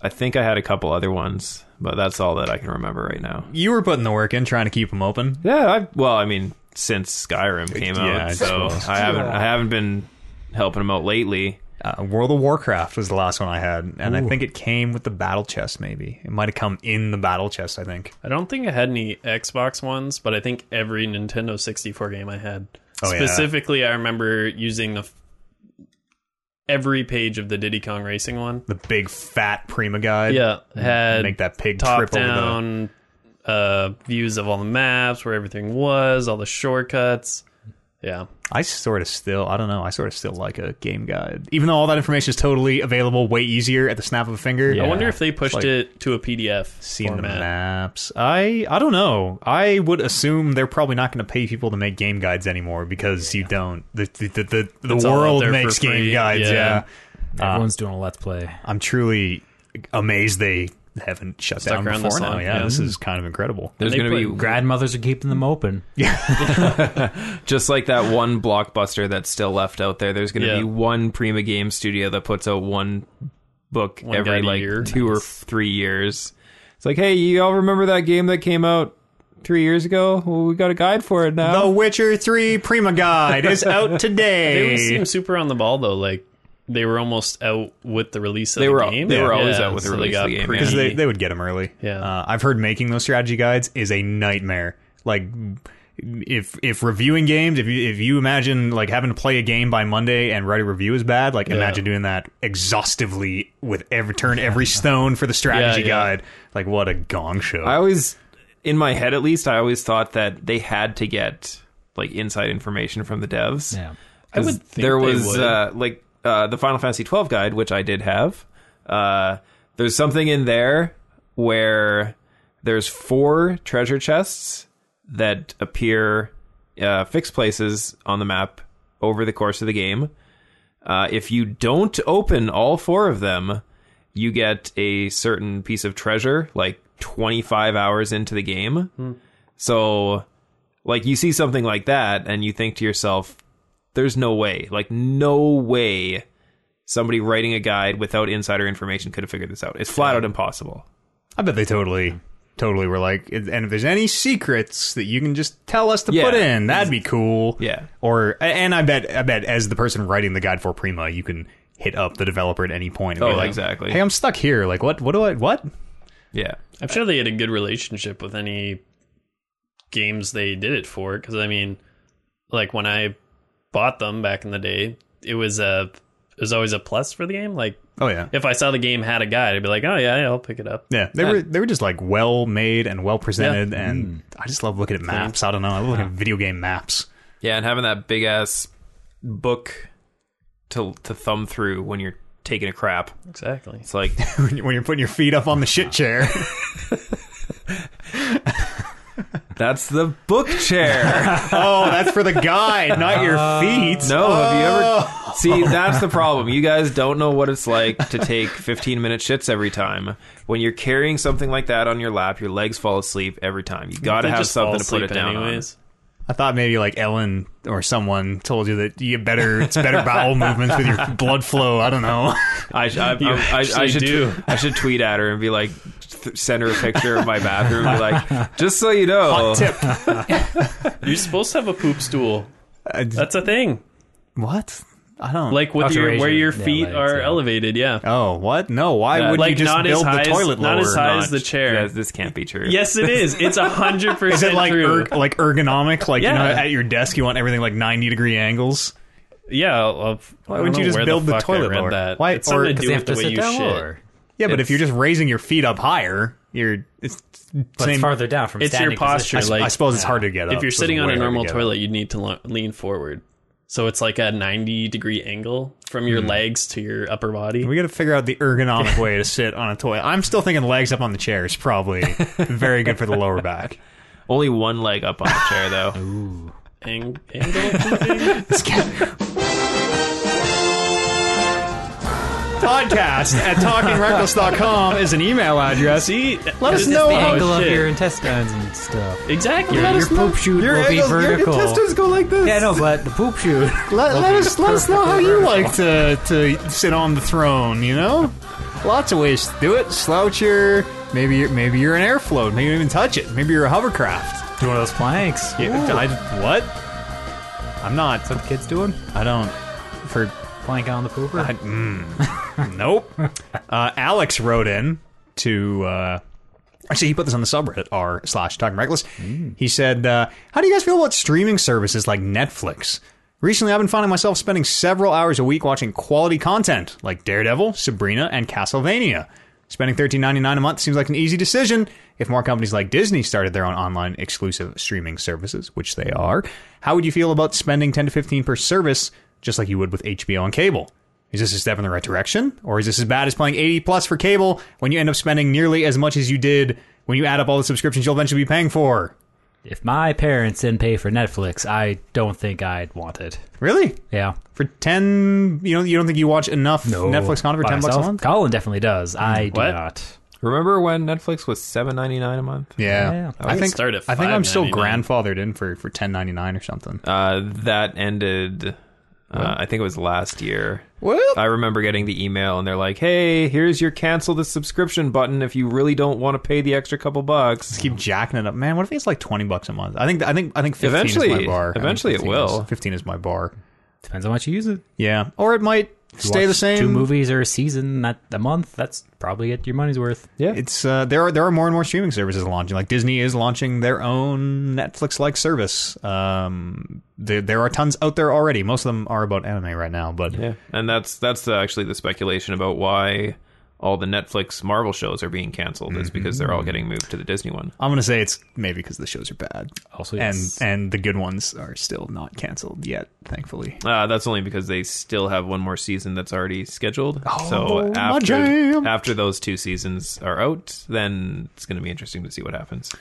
I think I had a couple other ones, but that's all that I can remember right now.
You were putting the work in trying to keep them open.
Yeah, I, well, I mean, since Skyrim came
Yeah, I
out, so
suppose.
I haven't I haven't been helping him out lately.
Uh, World of Warcraft was the last one I had, and I think it came with the battle chest. Maybe it might have come in the battle chest. I think.
I don't think I had any Xbox ones, but I think every Nintendo 64 game I had.
Oh, yeah.
Specifically, I remember using the f- every page of the Diddy Kong Racing one.
the big fat Prima guide.
Yeah, had
make that pig
top
trip over the-
down uh, views of all the maps, where everything was, all the shortcuts. Yeah.
I sort of still, I don't know, I sort of still like a game guide, even though all that information is totally available, way easier at the snap of a finger.
Yeah.
I wonder if they pushed
like-
it to a PDF
Seeing the
format.
maps, I I don't know. I would assume they're probably not going to pay people to make game guides anymore because you don't. The the the, the, the
all out
world
there for
makes game
free,
guides.
yeah.
yeah.
Everyone's doing a let's play.
I'm truly amazed they haven't shut
Stuck
down
around
before
this
now.
long,
Yeah,
yeah.
this is kind of incredible.
There's
They
going to be
put
Grandmothers are keeping them open.
just like that one blockbuster that's still left out there. There's going to
Yeah.
be one Prima Game Studio that puts out one book
One
every
guide a
like
year.
two or three years. It's like, hey, you all remember that game that came out three years ago? Well, we got a guide for it now.
The Witcher 3 Prima Guide is out
They
today.
seem super on the ball though. Like they were almost out with the release of
They
the
were-
game.
they were always out with the
so they
release of
got
the game,
pretty-
Because they, they would get them early.
Yeah.
Uh, I've heard making those strategy guides is a nightmare. Like, if if reviewing games, if you, if you imagine like having to play a game by Monday and write a review is bad, like imagine doing that exhaustively with every turn, every stone for the strategy
yeah.
guide. Like, what a gong show!
I always, in my head at least, I always thought that they had to get like inside information from the devs.
Yeah.
I would
'Cause
think
there
they
was
would.
Uh, like uh, the Final Fantasy twelve guide, which I did have. Uh, there's something in there where there's four treasure chests that appear uh, fixed places on the map over the course of the game. Uh, if you don't open all four of them, you get a certain piece of treasure, like 25 hours into the game.
Hmm.
So, like, you see something like that, and you think to yourself, there's no way, like, no way somebody writing a guide without insider information could have figured this out. It's flat out impossible.
I bet they totally, totally were like, and if there's any secrets that you can just tell us to
Yeah.
put in, that'd be cool.
Yeah.
Or and I bet I bet as the person writing the guide for Prima, you can hit up the developer at any point. And be
Oh,
like,
exactly.
Hey, I'm stuck here. Like, what? What do I? What?
Yeah.
I'm sure they had a good relationship with any games they did it for. Because I mean, like when I bought them back in the day, it was a it was always a plus for the game. Like
Oh yeah.
if I saw the game had a guide, I'd be like, oh yeah, yeah, I'll pick it up.
Yeah, they were they were just like well made and well presented, and I just love looking at maps. I don't know, I love looking at video game maps.
Yeah, and having that big ass book to to thumb through when you're taking a crap.
Exactly.
It's like
when you- when you're putting your feet up on the shit chair.
that's the book chair.
oh, that's for the guide, not your feet.
Uh, No, have you ever See, that's the problem. You guys don't know what it's like to take 15-minute shits every time. When you're carrying something like that on your lap, your legs fall asleep every time. You got to
They
have
just fall
something to put it
asleep
down on.
I thought maybe like Ellen or someone told you that you better it's better bowel movements with your blood flow. I don't know.
I, sh- I, I, I, I
actually
should
do.
I should tweet at her and be like, th- send her a picture of my bathroom and be like, just so you know,
Tip.
You're supposed to have a poop stool. That's a thing.
what? I don't
Like with your, where
Alteration.
your
Yeah,
feet
like,
are
yeah.
elevated. Yeah.
Oh, what? No. Why
Yeah,
would
like
you just
not as
build
high
the
as-
toilet
not
lower?
as high as
Not-
the chair.
yeah, this can't be true.
Yes, it is. It's a hundred percent.
Is it like
true.
erg- like ergonomic? Like you
Yeah.
know, at your desk you want everything like ninety degree angles.
Yeah, I'll, I'll, why
wouldn't you just build the toilet lower?
That.
Why-
It's
or-
something to
'cause
do with the way you shit.
Yeah, but if
It's-
you're just raising your feet up higher, you're it's
But
same.
it's farther down from
It's your
standing
posture,
position.
I,
like-
suppose it's hard to get up.
If you're
so
sitting
it's
on
way
a
harder to
normal
get up.
toilet, you need to lo- lean forward. So it's like a 90 degree angle from your legs to your upper body.
we got to figure out the ergonomic way to sit on a toilet. I'm still thinking legs up on the chair is probably very good for the lower back.
Only one leg up on the chair, though.
Ang- angle?
podcast at talkingreckless.com is an email address. E,
See?
Let us
It's
know
The
the
how-
angle of
shit.
your intestines and stuff.
Exactly.
Your,
Let
your
us know.
poop chute will be vertical.
go like this.
yeah, no, but the poop chute.
Let, let us let us know how you like to to sit on the throne. You know, lots of ways to do it. Slouch your maybe you're, maybe you're an air float. Maybe you don't even touch it. Maybe you're a hovercraft.
Do one of those planks.
Yeah, I, what? I'm not.
What the kids doing?
I don't. For
Plank on the pooper.
nope. Uh, Alex wrote in to. Uh, Actually, he put this on the subreddit r slash talking reckless. He said, uh, "How do you guys feel about streaming services like Netflix? Recently, I've been finding myself spending several hours a week watching quality content like Daredevil, Sabrina, and Castlevania. Spending $13.99 a month seems like an easy decision. If more companies like Disney started their own online exclusive streaming services, which they are, how would you feel about spending 10 to 15 per service, just like you would with HBO and cable? Is this a step in the right direction, or is this as bad as playing 80 plus for cable when you end up spending nearly as much as you did when you add up all the subscriptions you'll eventually be paying for?
If my parents didn't pay for Netflix, I don't think I'd want it.
Really?
Yeah.
For 10, you know, you don't think you watch enough Netflix content for
By
10 bucks a
myself?
month?
Colin definitely does. I do
Mm, What?
not.
Remember when Netflix was seven ninety nine a month?
Yeah.
Yeah.
I think
start at
I think I'm still
$5.99.
grandfathered in for for 10.99 or something.
Uh, that ended. Uh, I think it was last year.
Well,
I remember getting the email and they're like, "Hey, here's your cancel the subscription button if you really don't want to pay the extra couple bucks."
keep jacking it up, man. What if it's like 20 bucks a month? I think I think I think 15 is my
Eventually-
bar. I think
eventually it
15
will.
Is, 15 is my bar.
Depends on what you use it.
Yeah. Or it might
You
stay the
watch
same.
Two movies or a season at a month. That's probably get your money's worth.
Yeah,
It's uh, there are there are more and more streaming services launching. Like Disney is launching their own Netflix like service. Um, there, there are tons out there already. Most of them are about anime right now, but
yeah, and that's that's the, actually the speculation about why all the Netflix Marvel shows are being canceled is because they're all getting moved to the Disney one.
I'm gonna say it's maybe because the shows are bad.
Also,
and
yes.
and the good ones are still not canceled yet, thankfully.
Uh, that's only because they still have one more season that's already scheduled.
Oh,
so
my jam.
after after those two seasons are out, then it's going to be interesting to see what happens.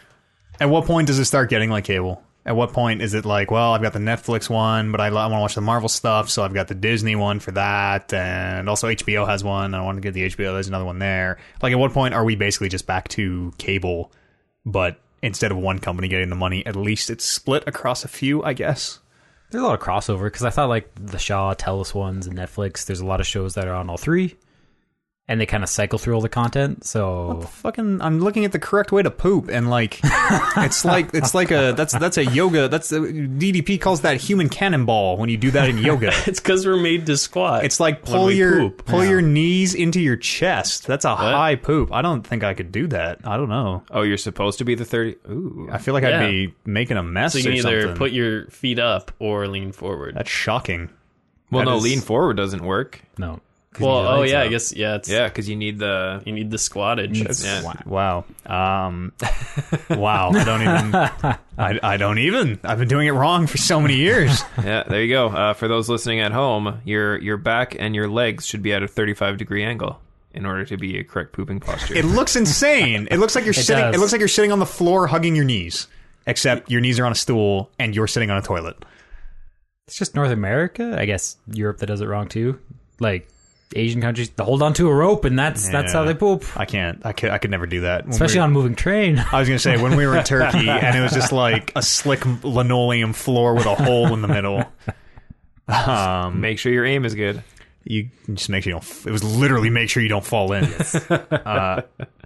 At what point does it start getting like cable? At what point is it like, well, I've got the Netflix one, but I, want to watch the Marvel stuff, so I've got the Disney one for that, and also HBO has one. I want to get the HBO. There's another one there. Like, at what point are we basically just back to cable, but instead of one company getting the money, at least it's split across a few, I guess.
there's a lot of crossover because I thought like the Shaw, Telus ones, and Netflix. There's a lot of shows that are on all three, and they kind of cycle through all the content. So
Fucking, I'm looking at the correct way to poop, and like, it's like it's like a that's that's a yoga. That's uh, a, DDP calls that human cannonball when you do that in yoga.
It's because we're made to squat.
It's like
when
pull
we
your
poop.
pull your knees into your chest. That's a high poop. I don't think I could do that. I don't know.
Oh, you're supposed to be the thirty. Ooh,
I feel like
Yeah.
I'd be making a mess.
So you
or
can either
something.
put your feet up or lean forward.
That's shocking.
well,
that
no,
is-
lean forward doesn't work.
no. 'Cause
well,
you need your
oh
legs
yeah,
up.
I guess yeah. It's,
Yeah, because you need the
you need the squattage.
Yeah.
Wow. Um, wow. I don't even. I, I don't even. I've been doing it wrong for so many years.
yeah. There you go. Uh, for those listening at home, your your back and your legs should be at a thirty five degree angle in order to be a correct pooping posture.
It looks insane. It looks like you're sitting.
does.
It looks like you're sitting on the floor hugging your knees, except your knees are on a stool and you're sitting on a toilet.
it's just North America. I guess Europe that does it wrong too. Like Asian countries, they hold on to a rope, and that's that's how
Yeah.
they poop.
I can't. I could. I could never do that. When
Especially
we-
on a moving train.
I was gonna say when we were in Turkey and it was just like a slick linoleum floor with a hole in the middle. Um,
Make sure your aim is good.
you just make sure you don't. f- It was literally make sure you don't fall in. Uh,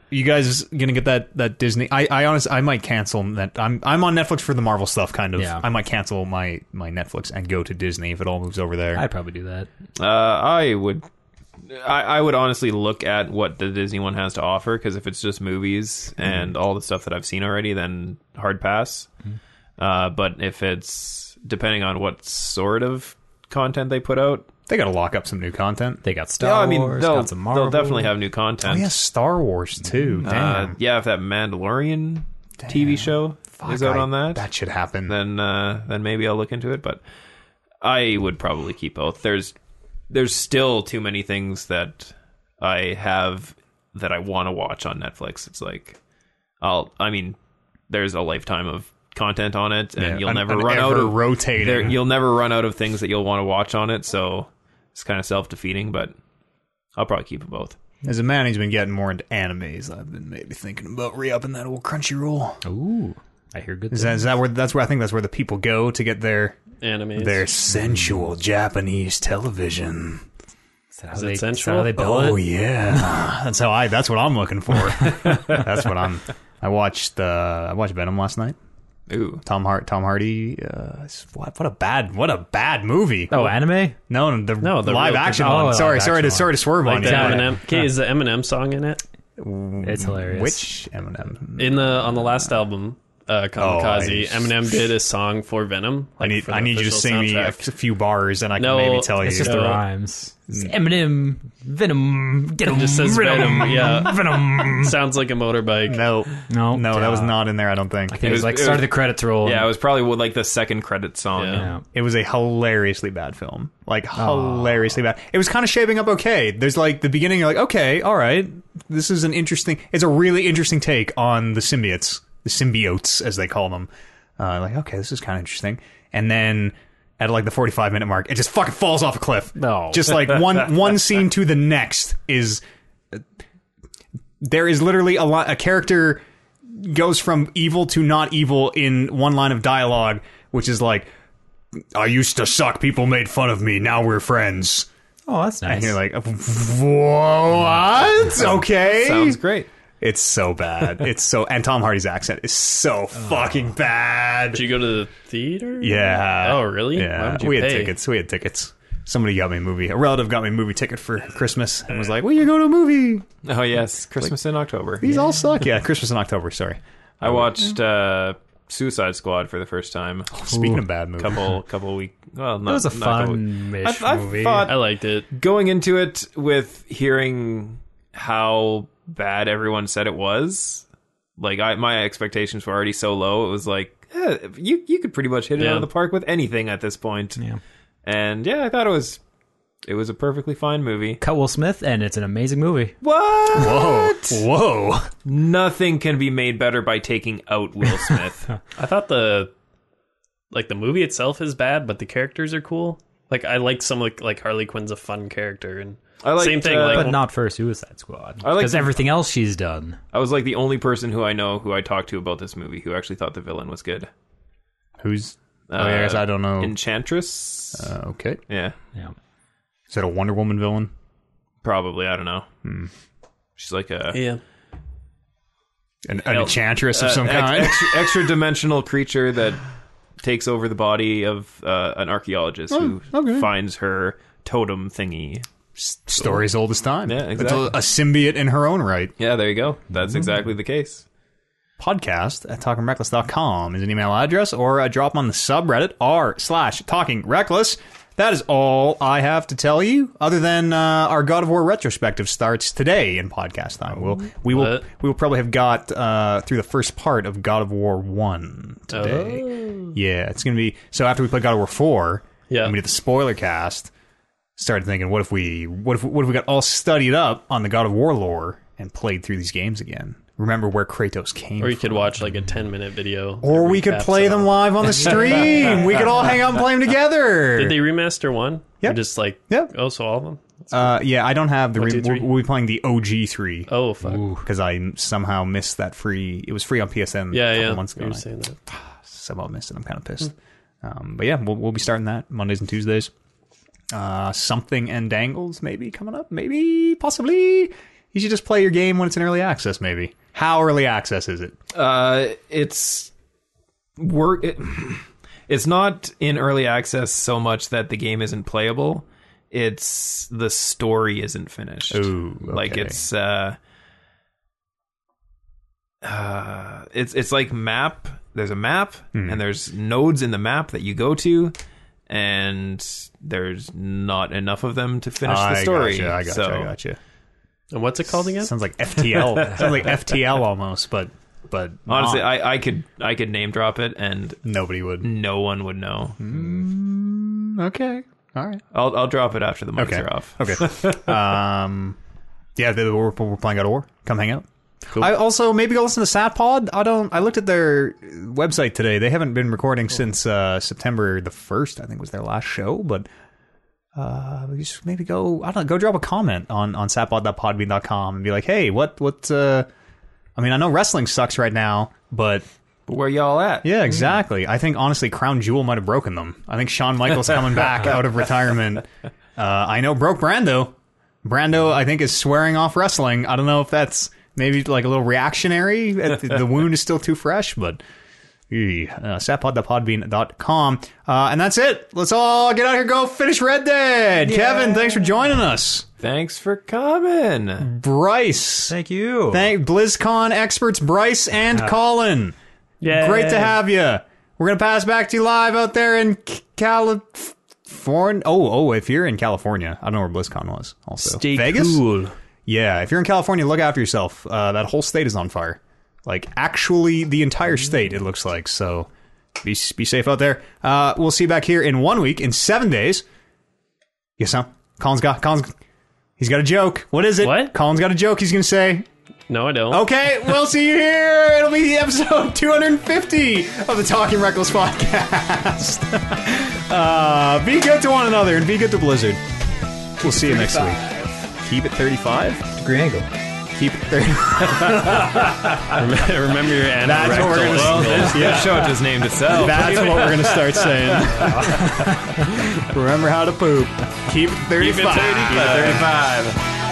you guys gonna get that that Disney? I I honestly I might cancel that. I'm I'm on Netflix for the Marvel stuff. Kind of.
Yeah.
I might cancel my my Netflix and go to Disney if it all moves over there.
I'd probably do that.
Uh, I would. I, I would honestly look at what the Disney one has to offer because if it's just movies and all the stuff that I've seen already, then hard pass. Uh, but if it's depending on what sort of content they put out,
they gotta lock up some new content.
They got Star
yeah, I mean
Wars,
they'll,
got some Marvel.
they'll definitely have new content.
Oh yeah, Star Wars too.
Uh,
Damn.
yeah, if that Mandalorian TV show
Fuck,
is out
I-
on that,
That should happen.
then uh, then maybe I'll look into it. But I would probably keep both. There's there's still too many things that I have that I want to watch on Netflix. It's like I'll I mean there's a lifetime of content on it, and
Yeah,
you'll
an-
never
an
run out of
ever-rotating.
there- You'll never run out of things that you'll want to watch on it. So it's kind of self defeating, but I'll probably keep both.
As a man who's been getting more into animes, I've been maybe thinking about re-upping that old Crunchyroll.
Ooh, I hear good
Is
things.
that, is that where? That's where I think that's where the people go to get their
Animes.
their sensual Japanese television.
Is that how,
Is it
they, is that
sensual?
how they bill
Oh
it?
yeah, that's how I. That's what I'm looking for. that's what I'm. I watched. Uh, I watched Venom last night.
Ooh,
Tom Hart. Tom Hardy. Uh, it's- what? What a bad. What a bad movie.
Oh, anime?
no, the
No, the
live
real-
action
oh,
one.
live
sorry, sorry
action
to
one.
sorry to swerve
like
on
the
you.
Yeah.
Eminem. Okay, is the Eminem song in it?
Mm,
It's hilarious.
Which Eminem?
In the on the last album, uh, Kamikaze,
Oh, I-
Eminem did a song for Venom.
I
like,
need
for the
I need you to
official
sing me a f-
soundtrack.
few bars, and I can
No,
maybe tell you.
it's
Just
No.
the rhymes.
Mm.
It's Eminem, Venom, get him.
Just says Venom. Yeah,
Venom.
sounds like a motorbike.
no,
No,
no, that was
uh,
not in there. I don't think.
I think it
It
was
was-
like
it was-
started the credits roll.
Yeah, it was probably well, like the second credit song.
Yeah.
Yeah.
It was a hilariously bad film. Like hilariously bad. It was kind of shaping up okay. There's like the beginning. You're like, okay, all right, this is an interesting. It's a really interesting take on the symbiotes, the symbiotes as they call them. Uh, like, okay, this is kind of interesting. And then at like the 45 minute mark, it just fucking falls off a cliff.
No.
just like one one scene to the next is there is literally a lot a character goes from evil to not evil in one line of dialogue, which is like, "I used to suck. People made fun of me. Now we're friends."
Oh, that's nice.
And you're like, "Whoa, what? Okay,
Sounds great.
It's so bad. It's so and Tom Hardy's accent is so fucking bad.
Did you go to the theater?
Yeah.
Oh, really? Why
Yeah.
would you
We had
pay?
tickets. We had tickets. Somebody got me a movie. A relative got me a movie ticket for Christmas
Uh.
and was like, "Will you go to a movie?
Oh yes, Christmas in October.
These all suck." Yeah, Christmas in October. Sorry.
I watched uh, Suicide Squad for the first time.
Speaking of bad movies,
Couple couple week. Well, not,
It was a
not couple week-
fun
I, I
movie.
thought
I liked it.
going into it with hearing how bad everyone said it was, like I, my expectations were already so low. It was like eh, you you could pretty much hit it
Yeah.
out of the park with anything at this point.
Yeah.
And yeah, I thought it was it was a perfectly fine movie.
Cut Will Smith, and it's an amazing movie.
What?
Whoa, whoa!
Nothing can be made better by taking out Will Smith.
I thought the like the movie itself is bad, but the characters are cool. Like I like some like like Harley Quinn's a fun character and
I liked,
same thing.
uh,
like
But not for Suicide Squad.
I like
Because
the-
everything else she's done.
I was like the only person who I know who I talked to about this movie who actually thought the villain was good.
Who's? oh, yeah, I guess I don't know.
Enchantress.
Uh, okay,
yeah,
Yeah.
is that a Wonder Woman villain?
probably. I don't know.
Hmm.
She's like a
yeah,
An, an enchantress
uh,
of some
ex-
kind?
extra, extra dimensional creature that takes over the body of uh, an archaeologist who
Oh, okay.
finds her totem thingy.
S- Stories old as time.
Yeah,
It's
exactly.
A, a symbiote in her own right.
Yeah, there you go. That's
Hmm.
exactly the case.
podcast at talkingreckless.com is an email address or uh, drop 'em on the subreddit r slash talking reckless that is all i have to tell you other than uh, our god of war retrospective starts today in podcast time we'll, we will
What?
we will probably have got uh, through the first part of god of war 1 today yeah it's gonna be so after we play god of war 4
Oh. Yeah.
and we did the spoiler cast started thinking what if we what if what if we got all studied up on the god of war lore and played through these games again remember where kratos came
or
from
you could watch like a ten minute video,
or
that
we could
recaps
play
it all.
them live on the stream. we could all hang out and play them together.
Did they remaster one?
Yeah.
Or just like
Yeah.
Oh, so all of them.
uh, yeah, I don't have the. Re-
two,
we'll,
three?
we'll be playing the OG three
Oh fuck.
because I somehow missed that free. It was free on PSN.
Yeah,
a couple
yeah.
Months ago,
you were
and I
saying that.
somehow missed it. I'm kind of pissed. Um, but yeah, we'll, we'll be starting that Mondays and Tuesdays. Uh, something and dangles maybe coming up. Maybe possibly. You should just play your game when it's in early access. Maybe. How early access is it?
Uh, it's work. It, it's not in early access so much that the game isn't playable. It's the story isn't finished.
Ooh,
Like
okay.
it's uh, uh, it's it's like map. There's a map,
Hmm.
and there's nodes in the map that you go to, and there's not enough of them to finish
I
the story.
Gotcha, I gotcha.
so
I gotcha.
And what's it called again?
Sounds like FTL. Sounds like FTL almost, but but
honestly,
not.
I, I could I could name drop it, and
nobody would.
no one would know.
Hmm, Okay. All right.
I'll I'll drop it after the mics
Okay.
are off.
Okay. um, yeah, they, we're, we're playing God of War. Come hang out. I also maybe go listen to Sat Pod. I don't. I looked at their website today. They haven't been recording since uh, September the first. I think was their last show, but. Uh, we just maybe go. I don't know. Go drop a comment on on satpod.podbean.com and be like, "Hey, what what? Uh, I mean, I know wrestling sucks right now, but
But where y'all at?
Yeah, exactly. I think honestly, Crown Jewel might have broken them. I think Shawn Michaels coming back out of retirement. Uh, I know broke Brando. Brando, I think, is swearing off wrestling. I don't know if that's maybe like a little reactionary. the wound is still too fresh, but. eh, Uh, satpod.podbean.com. Uh, and that's it. Let's all get out here, go finish Red Dead. Kevin, thanks for joining us.
Thanks for coming.
Bryce,
Thank you.
thank BlizzCon experts Bryce and Colin.
Yeah.
Great to have you. We're gonna pass back to you live out there in C- California. Oh, oh, if you're in California, I don't know where BlizzCon was. Also,
Stay
Vegas.
cool.
Yeah, if you're in California, look after yourself. Uh, that whole state is on fire. Like actually, the entire state. It looks like so. Be be safe out there. Uh, we'll see you back here in one week, in seven days. Yes, huh? Colin's got Colin's. He's got a joke. What is it?
What?
Colin's got a joke. He's gonna say.
No, I don't.
Okay, we'll see you here. It'll be episode 250 of the Talking Reckless podcast. uh, be good to one another and be good to Blizzard. We'll see you next week. Keep it 35.
Degree angle.
Keep it 30.
Remember your anorectal.
That's what we're gonna
angle.
Well, this-
yeah. show just named itself.
That's what we're going to start saying. Remember how to poop. Keep it 35.
Keep it 35.
Keep it 35.